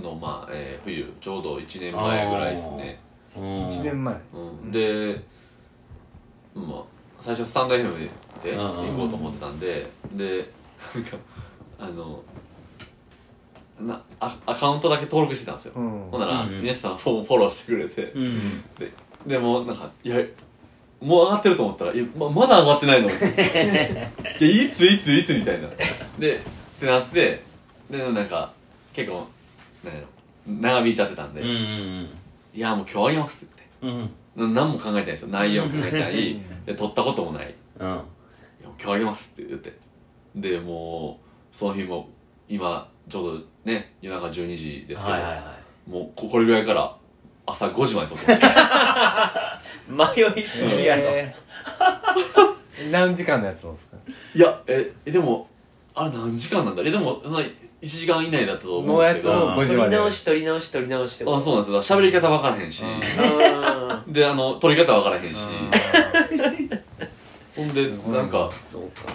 Speaker 1: のまあ、えー、冬ちょうど1年前ぐらいですね
Speaker 2: 1
Speaker 6: 1年前
Speaker 1: うん、でまあ最初スタンド FM で
Speaker 2: うんうん
Speaker 1: 行こうと思ってたんででなんかあのなアアカウントだけ登録してたんですよ、
Speaker 7: うん
Speaker 1: ほんなら、
Speaker 2: うんうん
Speaker 1: 皆さんフォフォローしてくれて、
Speaker 2: うん
Speaker 1: でもなんかいやもう上がってると思ったら「いやままだ上がってない の」じゃいついついつ」みたいなでってなってでなんか結構なんやろ長引いちゃってたんで「
Speaker 2: うんう
Speaker 1: い
Speaker 2: ん
Speaker 1: やもう今日あげます」って
Speaker 2: うんうん
Speaker 1: 言ってな何も考えてないですよ内容も考えてないで撮ったこともない「い
Speaker 2: うん
Speaker 1: やもう今日あげます」って言ってでもうその日も今ちょうどね夜中12時ですけど、
Speaker 2: はいはいは
Speaker 1: もうここれぐらいから朝5時まで撮ってます
Speaker 2: い迷いすぎやろ
Speaker 3: えー 何時間のやつなんですか
Speaker 1: いや、え、えでも、あれ何時間なんだえ、でも、その、1時間以内だったと思うんですけ
Speaker 3: の
Speaker 1: ど。
Speaker 2: や
Speaker 3: 5時
Speaker 4: 取
Speaker 3: ま
Speaker 4: り
Speaker 3: で
Speaker 4: 直し取り直し取り直しって
Speaker 1: あ、そうなんですよ。喋り方分からへんし、
Speaker 4: あ
Speaker 1: で、あの、撮り方分からへんし、ほんで、
Speaker 3: い
Speaker 1: なんか
Speaker 4: ー、そうか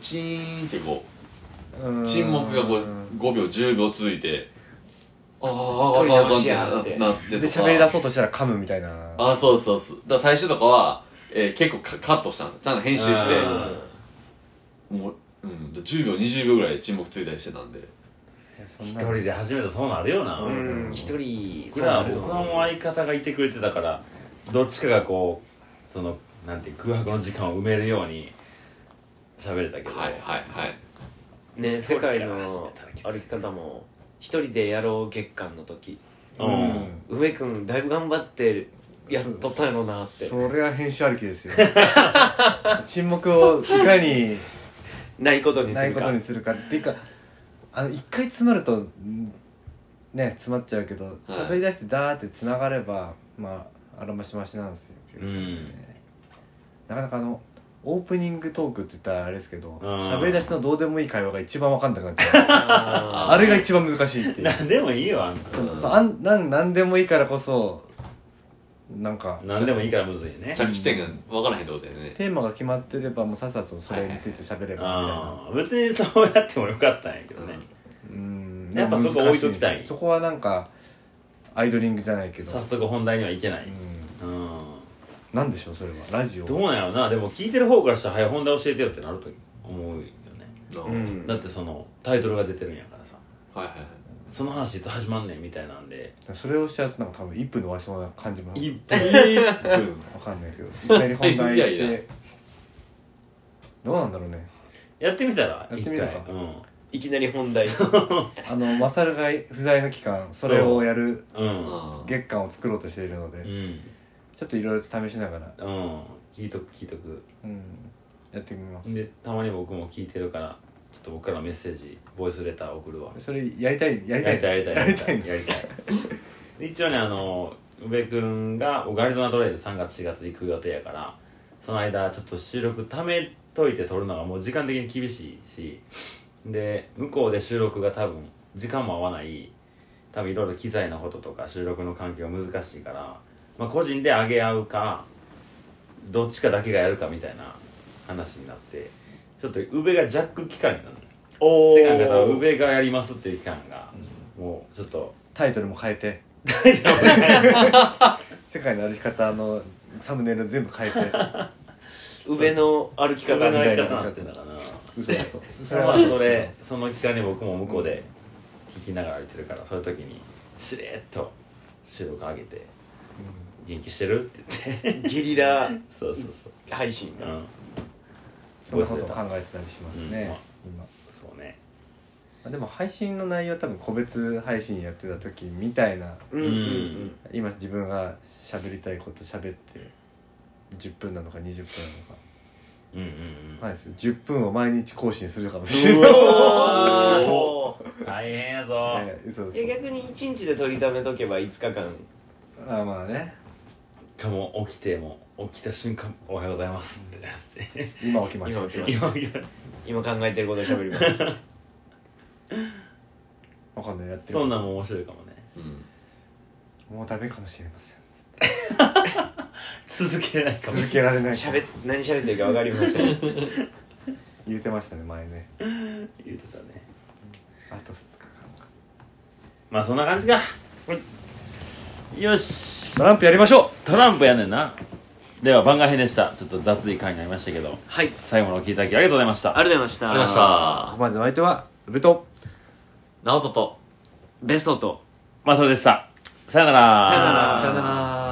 Speaker 1: チーンってこ
Speaker 3: うん
Speaker 1: う、沈黙がこう5秒、10秒続いて、あーあ
Speaker 4: 撮り
Speaker 1: ー、あ
Speaker 4: 直し
Speaker 1: ー
Speaker 4: や
Speaker 1: あー、あーあーあ
Speaker 4: ーって
Speaker 1: ーなって
Speaker 3: で
Speaker 1: とか。
Speaker 3: 喋り出そうとしたら噛むみたいな
Speaker 1: あ、そうそうそう。だから最初とかは、えー結構カカットしたんですよ。ちゃんと編集して、もう、うん、10秒、20秒ぐらい沈黙ついたりしてたんで。
Speaker 3: いやそん
Speaker 2: 一
Speaker 3: な
Speaker 2: 人で初めてそうなるよな
Speaker 3: そうう
Speaker 4: うん一人
Speaker 2: 僕らは
Speaker 4: よ
Speaker 2: 僕はもう相方がいてくれてたからどっちかがこうそのなんていう空白の時間を埋めるように喋れたけど、
Speaker 1: はいはいはい。
Speaker 4: ね世界の
Speaker 2: あ
Speaker 4: 歩き方も一人でやろう月間の時
Speaker 2: う
Speaker 3: うんん
Speaker 4: 梅君だいぶ頑張ってやっとったのなって
Speaker 3: それは編集ありき ですよ沈黙をいかに
Speaker 4: ないことにす
Speaker 3: ない
Speaker 4: る
Speaker 3: こ
Speaker 4: か
Speaker 3: とにするかっていうかあの一回詰まるとんね詰まっちゃうけど喋り出してダーってつながればまああらましましなんですよけど、
Speaker 2: うん
Speaker 3: なかなかあのオープニングトークって言ったらあれですけど
Speaker 2: うん
Speaker 3: 喋り出しのどうでもいい会話が一番分かんなくなっち ゃう
Speaker 4: あ
Speaker 3: あれが一番難しいっていう
Speaker 2: 何でもいいよあんた
Speaker 3: そうそうあんなんなんでもいいからこそなんか
Speaker 2: 何でもいいからむずいね
Speaker 1: 着地点が分からへんってことだよね。
Speaker 3: テーマが決まってればもうさっさとそれについて喋ればみたいな、
Speaker 2: あー別にそうやってもよかったんやけどね、
Speaker 3: うん
Speaker 2: やっぱそこ置いときたい
Speaker 3: そこはなんかアイドリングじゃないけど
Speaker 2: 早速本題にはいけない、
Speaker 3: うん
Speaker 2: うん、
Speaker 3: なんでしょうそれはラジオ
Speaker 2: どうなんやろなでも聞いてる方からしたら「はい本題教えてよ」ってなると思うよね
Speaker 1: うん
Speaker 4: うん
Speaker 2: だってそのタイトルが出てるんやからさ
Speaker 1: はいはいはい。
Speaker 2: その話いつ始まんねんみたいなんで
Speaker 3: それをしちゃうとなんか多分一分のわしもな感じもわ
Speaker 2: いっぱい
Speaker 3: かんないけどいきなり本題
Speaker 1: いや
Speaker 3: っ
Speaker 1: いや
Speaker 3: てどうなんだろうね
Speaker 2: やってみたら
Speaker 3: やっ
Speaker 2: 一
Speaker 3: てみ
Speaker 2: 回
Speaker 3: るか
Speaker 2: うん
Speaker 4: いきなり本題
Speaker 3: あのマサルが不在の期間それをやる
Speaker 2: うん
Speaker 1: あ
Speaker 3: 月間を作ろうとしているので、
Speaker 2: うん
Speaker 3: ちょっといろいろ試しながら、
Speaker 2: うん聞いとく聞いとく
Speaker 3: うん、やってみます
Speaker 2: でたまに僕も聞いてるからちょっと僕からメッセージボイスレター送るわ
Speaker 3: それやりたいやりた
Speaker 2: や
Speaker 3: い
Speaker 2: りたいやりたい
Speaker 3: やりたいの
Speaker 2: やりたいで一応ねあの宇部君が僕アリゾナトレイル3月4月行く予定やからその間ちょっと収録ためといて撮るのがもう時間的に厳しいしで向こうで収録が多分時間も合わない多分いろいろ機材のこととか収録の環境が難しいから、まあ、個人で上げ合うかどっちかだけがやるかみたいな話になってちょっと宇部がジャック期間になる
Speaker 4: お
Speaker 2: 世界の方は宇部がやりますっていう期間が、もうちょっと
Speaker 3: タイトルも変えて世界の歩き方のサムネイル全部変えて
Speaker 4: 上の歩き
Speaker 2: 企画
Speaker 4: 方
Speaker 2: の
Speaker 4: みた
Speaker 2: や
Speaker 4: い
Speaker 2: り
Speaker 4: な
Speaker 2: 方になってんだからな
Speaker 3: 嘘嘘
Speaker 2: それはそれその期間に僕も向こうで聞きながら歩いてるからそういう時にしれっと収録上げて「元気してる?」って言って
Speaker 4: ゲリラ
Speaker 2: そうそうそう
Speaker 4: 配信
Speaker 2: う
Speaker 4: が
Speaker 2: ん
Speaker 3: そんなことを考えてたりしますね、今
Speaker 2: そうね
Speaker 3: まあでも配信の内容は多分個別配信やってた時みたいな
Speaker 4: うんうん
Speaker 3: 今自分が喋りたいこと喋って10分なのか20分なのか
Speaker 2: うんうんうん、
Speaker 3: まあですよ10分を毎日更新するかもしれ
Speaker 2: う
Speaker 3: ない
Speaker 2: わー
Speaker 4: おー
Speaker 2: 大変やぞ、
Speaker 3: ね嘘嘘
Speaker 4: え逆に1日で取りためとけば5日間
Speaker 3: あまあね
Speaker 2: かも起きても起きた瞬間「おはようございます」って出して
Speaker 3: 今起きました
Speaker 4: 今起きまし
Speaker 2: 今
Speaker 4: た
Speaker 2: 今
Speaker 4: 今考えてることを喋り ます
Speaker 3: わかんないやってる
Speaker 2: そんなんも面白いかもね
Speaker 1: ーうん
Speaker 3: もうダメかもしれません
Speaker 2: 続けれないかも
Speaker 3: 続けられない
Speaker 4: 喋っ何喋ってるか分かりません
Speaker 3: 言うてましたね前ね
Speaker 2: 言ってたね
Speaker 3: あと2日間
Speaker 2: まあそんな感じかよし
Speaker 3: トランプやりましょう
Speaker 2: トランプやねんなでは番外編でしたちょっと雑い回になりましたけど
Speaker 1: はい
Speaker 2: 最後のお聞きいただきありがとうございました
Speaker 1: ありがとうございました
Speaker 4: ありがとうございま
Speaker 3: こ
Speaker 4: し
Speaker 3: こまでのお相手はウベと
Speaker 4: た直人と
Speaker 1: ベソと
Speaker 2: まあそれでしたさよなら
Speaker 1: さよなら
Speaker 4: さよなら